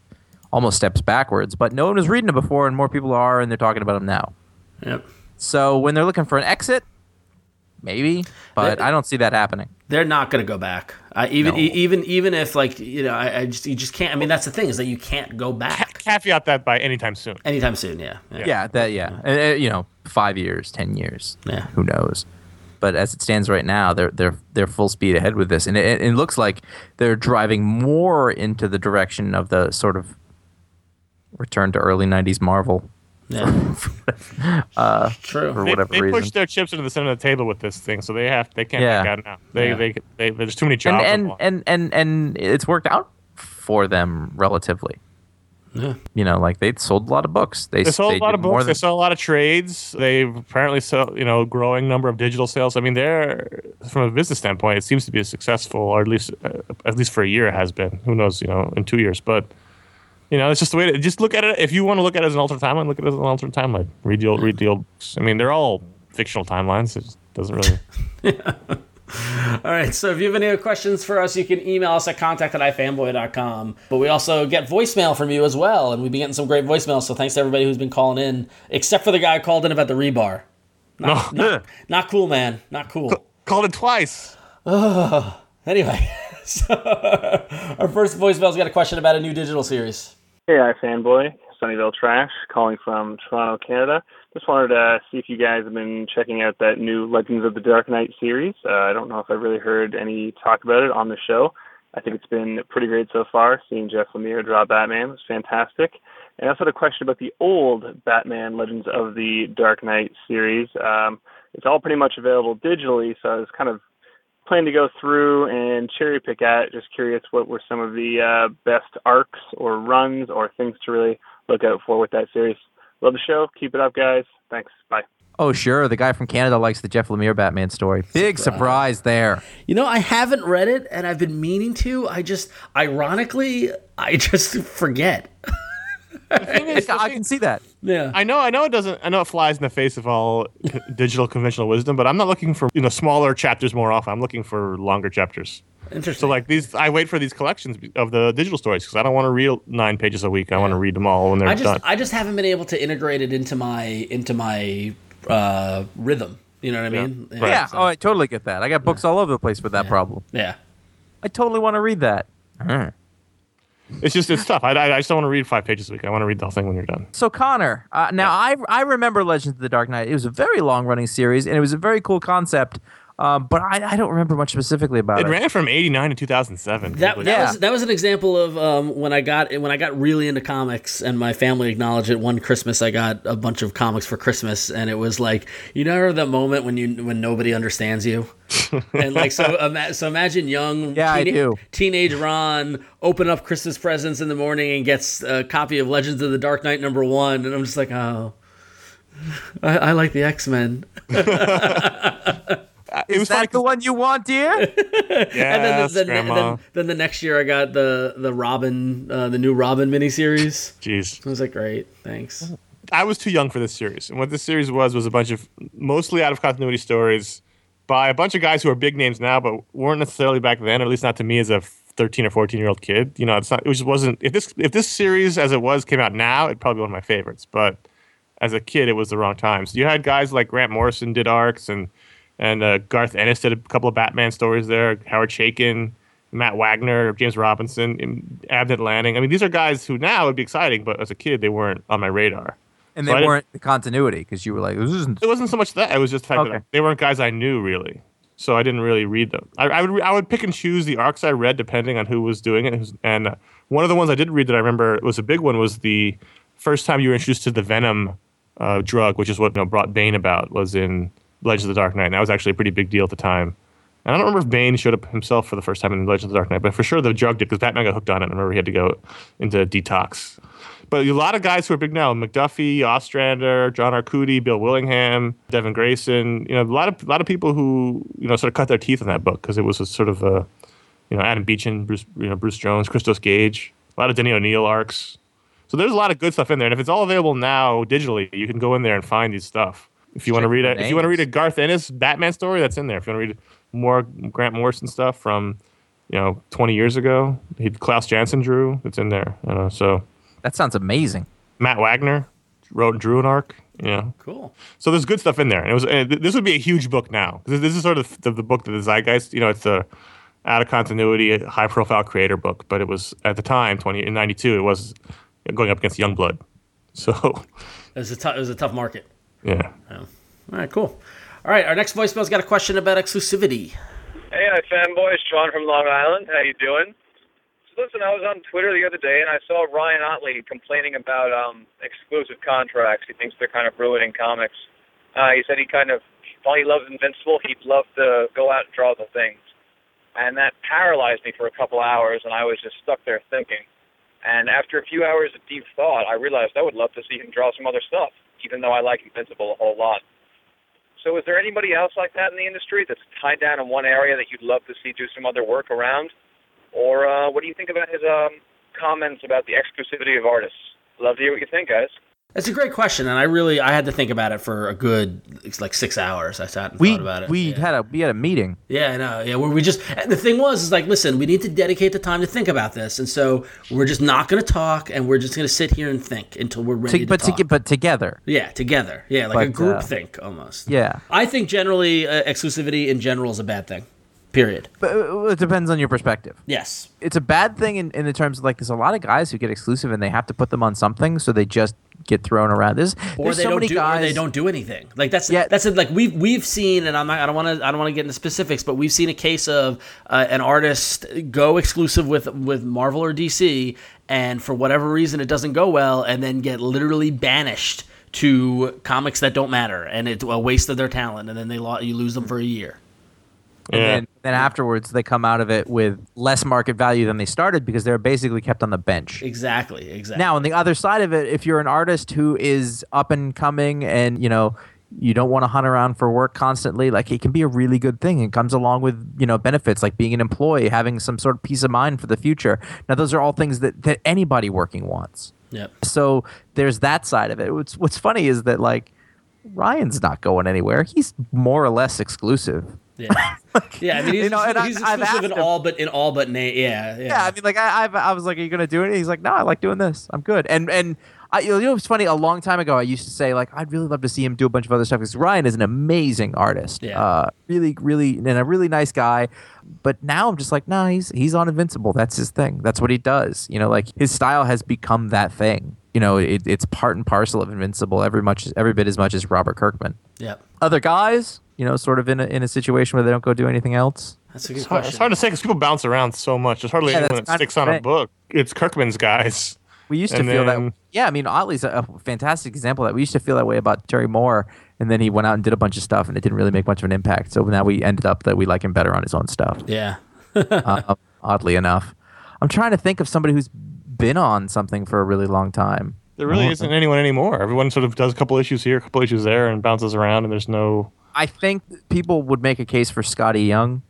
Speaker 3: almost steps backwards, but no one was reading it before and more people are and they're talking about them now.
Speaker 1: yep.
Speaker 3: So when they're looking for an exit, maybe, but I don't see that happening.
Speaker 1: They're not going to go back. Uh, even
Speaker 3: No.
Speaker 1: e- even even if like you know, I, I just you just can't. I mean, that's the thing is that you can't go back
Speaker 2: Caveat that by anytime soon.
Speaker 1: anytime soon. Yeah. Yeah.
Speaker 3: yeah that yeah Uh, uh, you know five years ten years
Speaker 1: Yeah.
Speaker 3: who knows but as it stands right now they're they're they're full speed ahead with this and it, it looks like they're driving more into the direction of the sort of return to early 90s marvel
Speaker 1: Yeah. Uh, True.
Speaker 3: for
Speaker 2: they,
Speaker 3: whatever
Speaker 2: they
Speaker 3: reason
Speaker 2: pushed their chips into the center of the table with this thing, so they have they can't
Speaker 3: Yeah.
Speaker 2: back out now. They,
Speaker 1: Yeah.
Speaker 2: they they there's too many jobs.
Speaker 3: and and,
Speaker 2: involved.
Speaker 3: and and and it's worked out for them relatively
Speaker 1: Yeah.
Speaker 3: you know like they sold a lot of books they,
Speaker 2: they sold a lot of
Speaker 3: did more
Speaker 2: books. They
Speaker 3: than-
Speaker 2: sold a lot of trades. They apparently sell you know a growing number of digital sales. I mean, they're from a business standpoint, it seems to be successful, or at least uh, at least for a year it has been. Who knows? You know, in two years, but. You know, it's just the way to just look at it. If you want to look at it as an alternate timeline, look at it as an alternate timeline. Read the old, read the old. books. I mean, they're all fictional timelines. It just doesn't really.
Speaker 1: All right. So if you have any other questions for us, you can email us at contact at ifanboy.com. But we also get voicemail from you as well. And we've been getting some great voicemails. So thanks to everybody who's been calling in, except for the guy who called in about the rebar. Not, not, not cool, man. Not cool.
Speaker 2: Called it twice.
Speaker 1: Anyway, so our first voicemail's got a question about a new digital series.
Speaker 4: Hey, iFanboy, Sunnyvale Trash, calling from Toronto, Canada. Just wanted to see if you guys have been checking out that new Legends of the Dark Knight series. Uh, I don't know if I've really heard any talk about it on the show. I think it's been pretty great so far. Seeing Jeff Lemire draw Batman was fantastic. And I also had a question about the old Batman Legends of the Dark Knight series. Um, it's all pretty much available digitally, so I was kind of plan to go through and cherry pick at. Just curious, what were some of the uh, best arcs or runs or things to really look out for with that series? Love the show. Keep it up, guys. Thanks. Bye.
Speaker 3: oh sure the guy from canada likes the jeff lemire batman story big surprise there
Speaker 1: You know, I haven't read it and I've been meaning to. I just, ironically, I just forget.
Speaker 2: The thing is, the
Speaker 3: I
Speaker 2: thing-
Speaker 3: can see that.
Speaker 1: Yeah.
Speaker 2: I know, I know it doesn't. I know it flies in the face of all c- digital conventional wisdom, but I'm not looking for you know smaller chapters more often. I'm looking for longer chapters.
Speaker 1: Interesting.
Speaker 2: So like these, I wait for these collections of the digital stories because I don't want to read nine pages a week. I want to read them all when they're
Speaker 1: I just
Speaker 2: done.
Speaker 1: I just haven't been able to integrate it into my into my uh, rhythm. You know what I mean?
Speaker 2: Right.
Speaker 3: Yeah.
Speaker 1: so-
Speaker 3: Oh, I totally get that. I got books all over the place with that problem.
Speaker 1: yeah.
Speaker 3: I totally want to read that.
Speaker 2: it's just it's tough. I, I, I just don't want to read five pages a week. I want to read the whole thing when you're done.
Speaker 3: So Connor, uh, now I I remember Legends of the Dark Knight. It was a very long running series, and it was a very cool concept. Um, but I, I don't remember much specifically about
Speaker 2: It
Speaker 3: it.
Speaker 2: ran from '89 to 2007.
Speaker 1: That, that
Speaker 2: completely.
Speaker 3: Yeah.
Speaker 1: was that was an example of um, when I got when I got really into comics and my family acknowledged it. One Christmas, I got a bunch of comics for Christmas, and it was like you know remember that moment when you when nobody understands you, and like so ima- so imagine young
Speaker 3: Yeah, I do.
Speaker 1: teenage Ron open up Christmas presents in the morning and gets a copy of Legends of the Dark Knight number one, and I'm just like oh. I, I like the X Men,
Speaker 2: it was
Speaker 3: Is that the
Speaker 2: funny.
Speaker 3: one you want, dear?
Speaker 2: Yes,
Speaker 1: and then the, the, ne-
Speaker 2: grandma.
Speaker 1: then, then the next year I got the the Robin, uh, the new Robin miniseries.
Speaker 2: Jeez.
Speaker 1: I was like, great, thanks.
Speaker 2: I was too young for this series. And what this series was was a bunch of mostly out of continuity stories by a bunch of guys who are big names now, but weren't necessarily back then, or at least not to me as a 13 or 14 year old kid. You know, it's not. It just wasn't. If this if this series as it was came out now, it'd probably be one of my favorites. But as a kid, it was the wrong time. So you had guys like Grant Morrison did arcs, and and uh, Garth Ennis did a couple of Batman stories there. Howard Chaykin, Matt Wagner, James Robinson, and Abnett Lanning. I mean, these are guys who now would be exciting, but as a kid, they weren't on my radar
Speaker 3: And
Speaker 2: So I
Speaker 3: they
Speaker 2: didn't-
Speaker 3: weren't the continuity because you were like, this isn't.
Speaker 2: it wasn't so much that it was just the fact
Speaker 3: Okay.
Speaker 2: that they weren't guys I knew really, so I didn't really read them. I, I would re- I would pick and choose the arcs I read depending on who was doing it. and who's- And uh, one of the ones I did read that I remember was a big one was the first time you were introduced to the Venom uh, drug, which is what you know, brought Bane about, was in Legends of the Dark Knight. And that was actually a pretty big deal at the time. And I don't remember if Bane showed up himself for the first time in Legends of the Dark Knight, but for sure the drug did because Batman got hooked on it. and I remember he had to go into detox. But a lot of guys who are big now, McDuffie, Ostrander, John Arcudi, Bill Willingham, Devin Grayson, you know, a lot of a lot of people who, you know, sort of cut their teeth in that book because it was a sort of a, you know, Adam Beechin, Bruce, you know, Bruce Jones, Christos Gage, a lot of Denny O'Neill arcs. So there's a lot of good stuff in there. And if it's all available now digitally, you can go in there and find these stuff. If you want to
Speaker 3: Check
Speaker 2: read
Speaker 3: the
Speaker 2: it, if you want to
Speaker 3: names.
Speaker 2: read a Garth Ennis Batman story, that's in there. If you want to read more Grant Morrison stuff from, you know, 20 years ago, he, Klaus Janson drew, it's in there. You know, so
Speaker 3: That sounds amazing.
Speaker 2: Matt Wagner wrote and drew an arc. Yeah,
Speaker 1: Cool.
Speaker 2: so there's good stuff in there. And it was and th- this would be a huge book now. This, this is sort of the, the book that the zeitgeist. You know, it's a out of continuity, high profile creator book. But it was at the time, 20 in '92, it was going up against Youngblood. So
Speaker 1: It was a tough. It was a tough market.
Speaker 2: yeah,
Speaker 1: All right, cool. All right, our next voicemail's got a question about exclusivity.
Speaker 5: Hey, I fanboys, Sean from Long Island. How you doing? So listen, I was on Twitter the other day and I saw Ryan Otley complaining about um exclusive contracts. He thinks they're kind of ruining comics. Uh, he said he kind of while he loves Invincible, he'd love to go out and draw the things. And that paralyzed me for a couple hours and I was just stuck there thinking. And after a few hours of deep thought, I realized I would love to see him draw some other stuff, even though I like Invincible a whole lot. So, is there anybody else like that in the industry that's tied down in one area that you'd love to see do some other work around? Or uh, what do you think about his um, comments about the exclusivity of artists? Love to hear what you think, guys.
Speaker 1: That's a great question, and I really I had to think about it for a good it's like six hours. I sat and
Speaker 3: We
Speaker 1: thought about it.
Speaker 3: we
Speaker 1: yeah.
Speaker 3: had a we had a meeting.
Speaker 1: yeah, I know. Yeah, where we just and the thing was is like, listen, we need to dedicate the time to think about this, and so we're just not going to talk, and we're just going to sit here and think until we're ready.
Speaker 3: To,
Speaker 1: To,
Speaker 3: but to
Speaker 1: talk.
Speaker 3: get but together.
Speaker 1: yeah, together, yeah, like a
Speaker 3: But,
Speaker 1: group
Speaker 3: uh,
Speaker 1: think almost.
Speaker 3: Yeah.
Speaker 1: I think generally uh, exclusivity in general is a bad thing. Period.
Speaker 3: But uh, it depends on your perspective.
Speaker 1: Yes.
Speaker 3: It's a bad thing in, in the terms of like there's a lot of guys who get exclusive and they have to put them on something, so they just get thrown around. There's,
Speaker 1: or
Speaker 3: there's
Speaker 1: they
Speaker 3: so
Speaker 1: don't
Speaker 3: many
Speaker 1: do,
Speaker 3: guys.
Speaker 1: or they don't do anything. Like that's
Speaker 3: Yeah.
Speaker 1: that's it. Like we've we've seen, and I'm not, I don't want to I don't want to get into specifics, but we've seen a case of uh, an artist go exclusive with with Marvel or DC, and for whatever reason it doesn't go well, and then get literally banished to comics that don't matter, and it's a waste of their talent, and then they lo- you lose them for a year.
Speaker 3: And
Speaker 2: yeah.
Speaker 3: then, then afterwards, they come out of it with less market value than they started because they're basically kept on the bench.
Speaker 1: Exactly. Exactly.
Speaker 3: Now, on the other side of it, if you're an artist who is up and coming and, you know, you don't want to hunt around for work constantly, like it can be a really good thing. It comes along with, you know, benefits like being an employee, having some sort of peace of mind for the future. Now, those are all things that, that anybody working wants.
Speaker 1: Yep.
Speaker 3: So there's that side of it. What's what's funny is that like Ryan's not going anywhere. He's more or less exclusive.
Speaker 1: Yeah. Yeah, I mean, he's,
Speaker 3: You know, and I-
Speaker 1: he's
Speaker 3: I've
Speaker 1: exclusive in
Speaker 3: asked him.
Speaker 1: all but in all but name. Yeah, yeah.
Speaker 3: Yeah, I mean, like I, I've, I was like, "Are you gonna do it?" He's like, "No, I like doing this. I'm good." And and I, you know, it's funny. A long time ago, I used to say like, "I'd really love to see him do a bunch of other stuff." Because Ryan is an amazing artist.
Speaker 1: Yeah.
Speaker 3: Uh, really, really, and a really nice guy. But now I'm just like, nah, he's he's on Invincible. That's his thing. That's what he does. You know, like his style has become that thing. You know, it, it's part and parcel of Invincible. Every much, every bit as much as Robert Kirkman.
Speaker 1: Yep.
Speaker 3: Other guys, you know, sort of in a, in a situation where they don't go do anything else.
Speaker 1: That's a good
Speaker 2: It's hard,
Speaker 1: question.
Speaker 2: it's hard to say because people bounce around so much. There's hardly
Speaker 3: Yeah,
Speaker 2: anyone
Speaker 3: that's
Speaker 2: that
Speaker 3: kind of
Speaker 2: sticks on
Speaker 3: the
Speaker 2: a
Speaker 3: thing.
Speaker 2: book. It's Kirkman's guys.
Speaker 3: We used to
Speaker 2: And
Speaker 3: feel
Speaker 2: then-
Speaker 3: that. Yeah, I mean, Otley's a, a fantastic example of that we used to feel that way about Terry Moore, and then he went out and did a bunch of stuff, and it didn't really make much of an impact. So now we ended up that we like him better on his own stuff.
Speaker 1: Yeah.
Speaker 3: uh, oddly enough, I'm trying to think of somebody who's been on something for a really long time.
Speaker 2: There really
Speaker 3: Uh-huh.
Speaker 2: isn't anyone anymore. Everyone sort of does a couple issues here, a couple issues there, and bounces around. And there's no
Speaker 3: I think people would make a case for Scotty Young.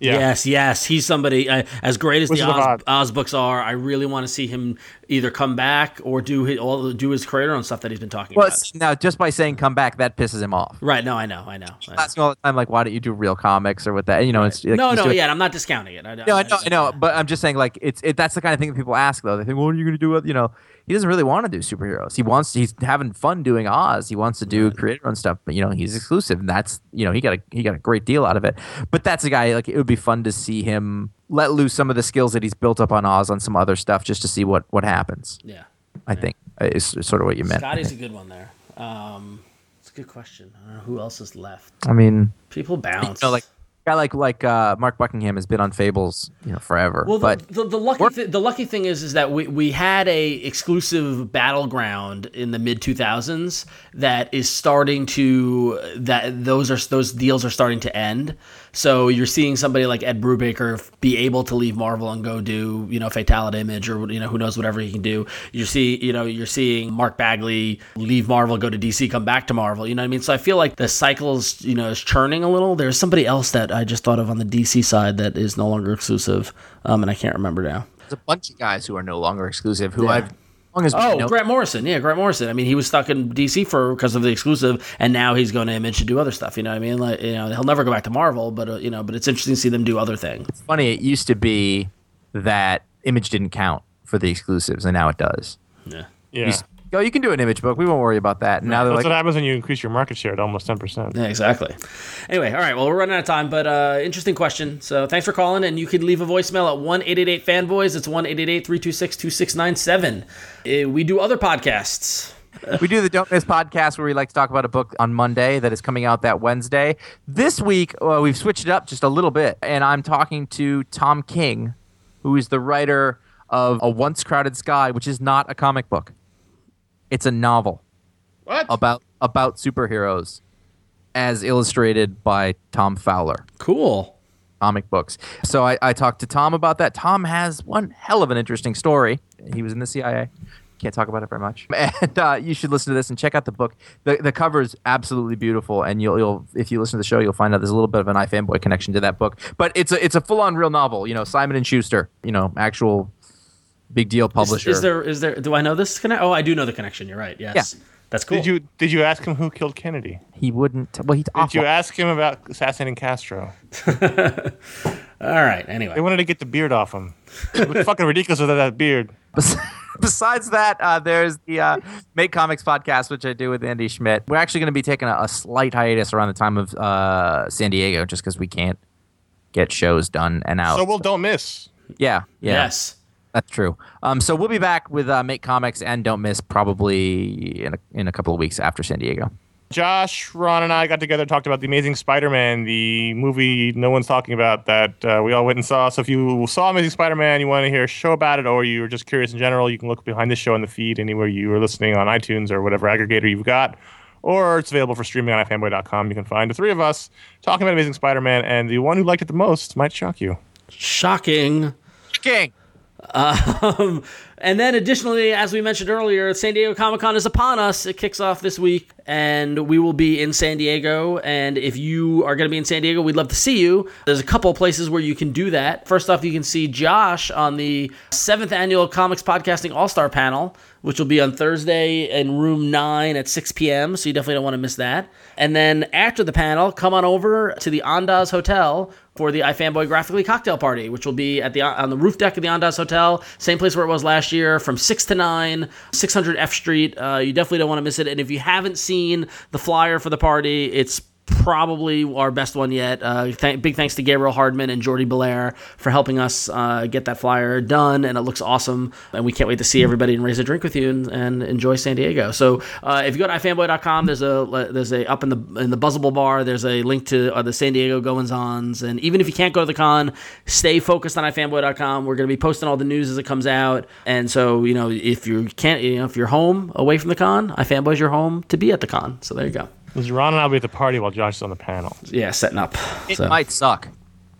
Speaker 2: yeah.
Speaker 1: Yes, yes, he's somebody. Uh, as great as
Speaker 2: Wizard
Speaker 1: the
Speaker 2: of
Speaker 1: Oz,
Speaker 2: Oz.
Speaker 1: Oz books are, I really want to see him either come back or do his, all the, do his creator on stuff that he's been talking
Speaker 3: Well,
Speaker 1: about.
Speaker 3: s- now just by saying come back, that pisses him off.
Speaker 1: Right? No, I know, I know. I know.
Speaker 3: Asking all the time, like, why don't you do real comics or what that? You know, it's like,
Speaker 1: no,
Speaker 3: he's
Speaker 1: no,
Speaker 3: doing-
Speaker 1: yeah, and I'm not discounting it. I,
Speaker 3: No, I know, I know, but I'm just saying, like, it's it, that's the kind of thing that people ask, though. They think, "What are you going to do?" With, you know, he doesn't really want to do superheroes. He wants he's having fun doing Oz. He wants to do creator own stuff, but you know, he's exclusive, and that's you know, he got a he got a great deal out of it. But that's a guy like it would be fun to see him let loose some of the skills that he's built up on Oz on some other stuff, just to see what what happens.
Speaker 1: Yeah,
Speaker 3: I think uh, is, is sort of what you meant.
Speaker 1: Scotty's a good one there. Um, it's a good question. I don't know who else is left.
Speaker 3: I mean,
Speaker 1: People bounce.
Speaker 3: you know, like guy like like uh, Mark Buckingham has been on Fables, you know, forever.
Speaker 1: Well,
Speaker 3: but
Speaker 1: the, the, the lucky th- the lucky thing is is that we, we had a exclusive battleground in the mid 2000s that is starting to that those are those deals are starting to end. So you're seeing somebody like Ed Brubaker f- be able to leave Marvel and go do you know Fatality Image or you know who knows whatever he can do. You see you know you're seeing Mark Bagley leave Marvel, go to DC, come back to Marvel. You know what I mean? So I feel like the cycles you know is churning a little. There's somebody else that I just thought of on the DC side that is no longer exclusive, um, and I can't remember now.
Speaker 3: there's a bunch of guys who are no longer exclusive who
Speaker 1: Yeah.
Speaker 3: I've long as
Speaker 1: Oh,
Speaker 3: known-
Speaker 1: Grant Morrison. Yeah, Grant Morrison. I mean, he was stuck in DC for because of the exclusive, and now he's going to Image to do other stuff. You know what I mean? Like, you know, he'll never go back to Marvel, but uh, you know, but it's interesting to see them do other things.
Speaker 3: funny. It used to be that image didn't count for the exclusives, and now it does.
Speaker 1: Yeah.
Speaker 2: yeah.
Speaker 3: You
Speaker 2: That's
Speaker 3: s- Oh, you can do an image book. We won't worry about that. And now they're
Speaker 2: what
Speaker 3: like,
Speaker 2: happens when you increase your market share to almost ten percent.
Speaker 1: Yeah, exactly. Anyway, all right. Well, we're running out of time, but uh, interesting question. So thanks for calling, and you can leave a voicemail at one eight eight eight fanboys. It's one eight eight eight three two six two six nine seven. Uh, We do other podcasts.
Speaker 3: we do the Don't Miss podcast where we like to talk about a book on Monday that is coming out that Wednesday. This week, uh, we've switched it up just a little bit, and I'm talking to Tom King, who is the writer of A Once Crowded Sky, which is not a comic book. It's a novel.
Speaker 2: What?
Speaker 3: About about superheroes, as illustrated by Tom Fowler.
Speaker 1: Cool.
Speaker 3: comic books. So I, I talked to Tom about that. Tom has one hell of an interesting story. He was in the CIA. Can't talk about it very much. And uh, you should listen to this and check out the book. The, the cover is absolutely beautiful, and you'll, you'll if you listen to the show, you'll find out there's a little bit of an iFanboy connection to that book. But it's a it's a full on real novel. You know, Simon and Schuster. You know, actual big deal
Speaker 1: Is,
Speaker 3: publisher.
Speaker 1: is there is there? Do I know this connection? Oh, I do know the connection. You're right. Yes.
Speaker 3: Yeah.
Speaker 1: That's cool.
Speaker 2: Did you did you ask him who killed Kennedy?
Speaker 3: he wouldn't. Well, he's
Speaker 2: Did you
Speaker 3: awful.
Speaker 2: ask him about assassinating Castro?
Speaker 1: all right.
Speaker 2: They
Speaker 1: Anyway.
Speaker 2: wanted to get the beard off him. It looked fucking ridiculous without that beard.
Speaker 3: Bes- Besides that, uh, there's the uh, Make Comics podcast, which I do with Andy Schmidt. We're actually going to be taking a, a slight hiatus around the time of uh, San Diego, just because we can't get shows done and out.
Speaker 2: So we'll don't miss.
Speaker 3: yeah, yeah,
Speaker 1: Yes.
Speaker 3: that's true. Um, so we'll be back with uh, Make Comics and Don't Miss probably in a, in a couple of weeks after San Diego.
Speaker 2: Josh, Ron, and I got together and talked about The Amazing Spider Man, the movie no one's talking about that uh, we all went and saw. So if you saw Amazing Spider Man, you want to hear a show about it, or you're just curious in general, you can look behind the show on the feed anywhere you are listening on iTunes or whatever aggregator you've got. Or it's available for streaming on ifanboy.com. You can find the three of us talking about Amazing Spider Man, and the one who liked it the most might shock you.
Speaker 1: Shocking.
Speaker 3: King.
Speaker 1: Um, And then, additionally, as we mentioned earlier, San Diego Comic Con is upon us. It kicks off this week, and we will be in San Diego. And if you are going to be in San Diego, we'd love to see you. There's a couple of places where you can do that. First off, you can see Josh on the seventh annual Comics Podcasting All Star panel, which will be on Thursday in room nine at 6 p.m. So you definitely don't want to miss that. And then after the panel, come on over to the Andaz Hotel for the iFanboy Graphically Cocktail Party, which will be at the on the roof deck of the Andaz Hotel, same place where it was last year, from six to nine, 600 F Street. Uh, you definitely don't want to miss it. And if you haven't seen the flyer for the party, it's probably our best one yet. Uh, th- big thanks to Gabriel Hardman and Jordy Belair for helping us uh, get that flyer done, and it looks awesome. And we can't wait to see everybody and raise a drink with you and, and enjoy San Diego. So uh, if you go to ifanboy.com, there's a there's a up in the in the buzzable bar. There's a link to uh, the San Diego goings ons, and even if you can't go to the con, stay focused on ifanboy.com. We're going to be posting all the news as it comes out, and so you know if you can't, you know if you're home away from the con, ifanboy's your home to be at the con. So there you go.
Speaker 2: Because Ron and I'll be at the party while Josh is on the panel.
Speaker 1: Yeah, setting up.
Speaker 3: It
Speaker 1: So.
Speaker 3: might suck.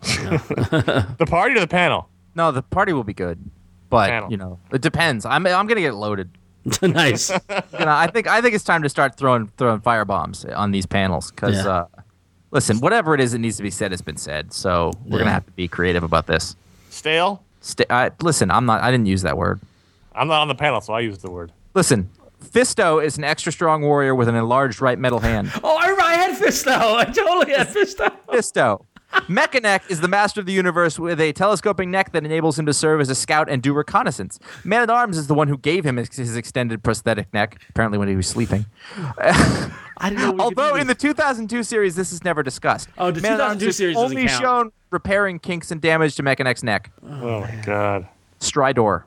Speaker 2: The party to the panel.
Speaker 3: No, the party will be good, but
Speaker 2: Panel.
Speaker 3: you know it depends. I'm I'm gonna get loaded.
Speaker 1: nice.
Speaker 3: You know, I think I think it's time to start throwing throwing firebombs on these panels because
Speaker 1: Yeah.
Speaker 3: uh, listen, whatever it is that needs to be said has been said. So
Speaker 1: Yeah.
Speaker 3: we're gonna have to be creative about this.
Speaker 2: Stale?
Speaker 3: St- I, listen, I'm not. I didn't use that word.
Speaker 2: I'm not on the panel, so I use the word.
Speaker 3: Listen, Fisto is an extra strong warrior with an enlarged right metal hand.
Speaker 1: Oh, I remember I had Fisto. I totally had Fisto.
Speaker 3: Fisto. Mechanic is the master of the universe with a telescoping neck that enables him to serve as a scout and do reconnaissance. Man at Arms is the one who gave him his, his extended prosthetic neck, apparently when he was sleeping.
Speaker 1: I didn't know. we could
Speaker 3: Although
Speaker 1: do
Speaker 3: in the 2002 series, this is never discussed.
Speaker 1: Oh, the
Speaker 3: Man at
Speaker 1: 2002
Speaker 3: Arms is
Speaker 1: series doesn't
Speaker 3: only
Speaker 1: count.
Speaker 3: shown repairing kinks and damage to Mechanic's neck.
Speaker 2: Oh, my God.
Speaker 3: Stridor,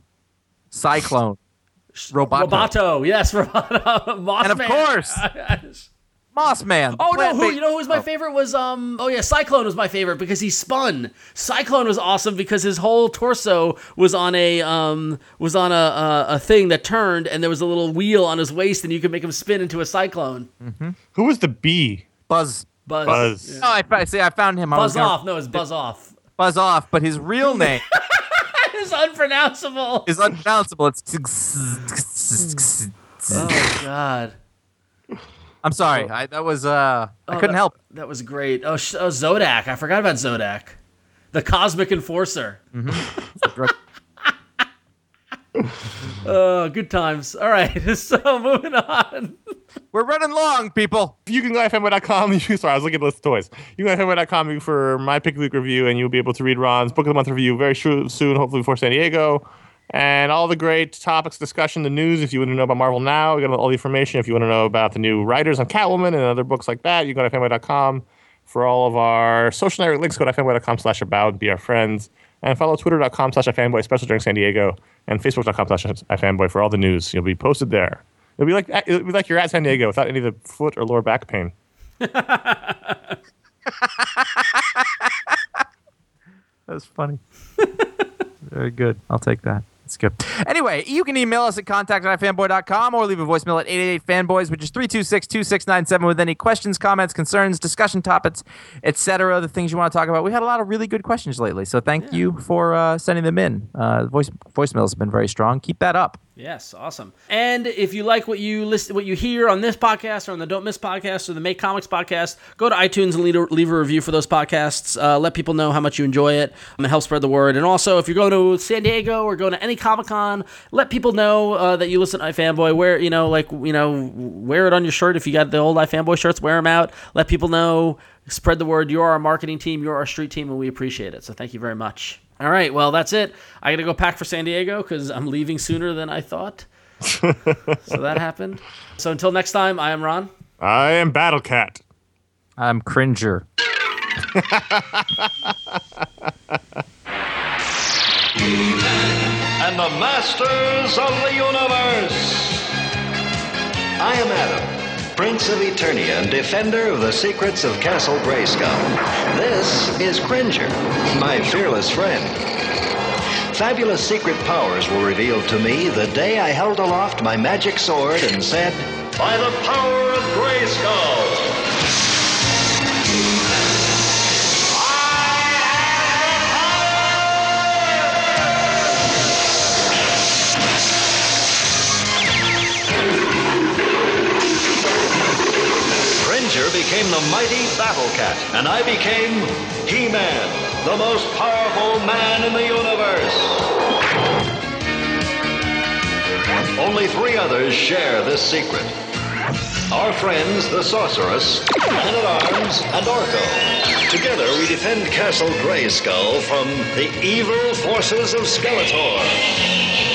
Speaker 3: Cyclone, Roboto,
Speaker 1: Roboto. Yes, Roboto. Mothman.
Speaker 3: and of course, Mossman.
Speaker 1: Oh no!
Speaker 3: Plant
Speaker 1: Who
Speaker 3: ba-
Speaker 1: you know? Who was my
Speaker 3: Oh.
Speaker 1: favorite? Was um. Oh yeah, Cyclone was my favorite because he spun. Cyclone was awesome because his whole torso was on a um was on a a, a thing that turned and there was a little wheel on his waist and you could make him spin into a cyclone.
Speaker 2: Who was the bee?
Speaker 3: Buzz.
Speaker 1: Buzz.
Speaker 2: Buzz.
Speaker 3: Oh, I fi- see. I found him. I was
Speaker 1: Buzz
Speaker 3: gonna-
Speaker 1: off. No, it's buzz off.
Speaker 3: Buzz off. But his real name.
Speaker 1: It's unpronounceable.
Speaker 3: is unpronounceable. It's.
Speaker 1: Oh God.
Speaker 3: I'm sorry. I, that was. Uh, I couldn't help.
Speaker 1: Oh. That was great. Oh, sh- oh, Zodak. I forgot about Zodak. The Cosmic Enforcer. Oh, good times. All right. So moving on.
Speaker 3: We're running long, people.
Speaker 2: You can go to fanboy.com. You, sorry, I was looking at the list of toys. You can go to fanboy.com for my pick of the week review, and you'll be able to read Ron's book of the month review very shu- soon, hopefully before San Diego. And all the great topics, discussion, the news. If you want to know about Marvel now, you got all the information. If you want to know about the new writers on Catwoman and other books like that, you go to fanboy.com for all of our social network links. Go to fanboy.com slash about and be our friends. And follow twitter.com slash fanboy, especially during San Diego, and facebook.com slash fanboy for all the news. You'll be posted there. It'll be like it'll be like you're at San Diego without any of the foot or lower back pain.
Speaker 3: That was funny. Very good. I'll take that. It's good. Anyway, you can email us at contact at fanboy.com or leave a voicemail at 888-FANBOYS, which is 326-2697 with any questions, comments, concerns, discussion topics, etc., the things you want to talk about. We've had a lot of really good questions lately, so thank you for uh, sending them in. Uh, the voice, voicemails have been very strong. Keep that up.
Speaker 1: Yes, awesome. And if you like what you listen, what you hear on this podcast or on the Don't Miss podcast or the Make Comics podcast, go to iTunes and leave a, leave a review for those podcasts. Uh, let people know how much you enjoy it um, and help spread the word. And also, if you're going to San Diego or going to any Comic Con, let people know uh, that you listen to iFanboy. Wear you know like you know wear it on your shirt if you got the old iFanboy shirts. Wear them out. Let people know. Spread the word. You're our marketing team. You're our street team, and we appreciate it. So thank you very much. All right, well, that's it. I got to go pack for San Diego because I'm leaving sooner than I thought. so that happened. So until next time, I am Ron.
Speaker 2: I am Battle Cat.
Speaker 3: I'm Cringer.
Speaker 6: and the masters of the universe. I am Adam, Prince of Eternia and defender of the secrets of Castle Grayskull. This is Cringer, my fearless friend. Fabulous secret powers were revealed to me the day I held aloft my magic sword and said, By the power of Grayskull! became the mighty Battle Cat, and I became He Man, the most powerful man in the universe. Only three others share this secret our friends, the Sorceress, Man at Arms, and Orko. Together, we defend Castle Grayskull from the evil forces of Skeletor.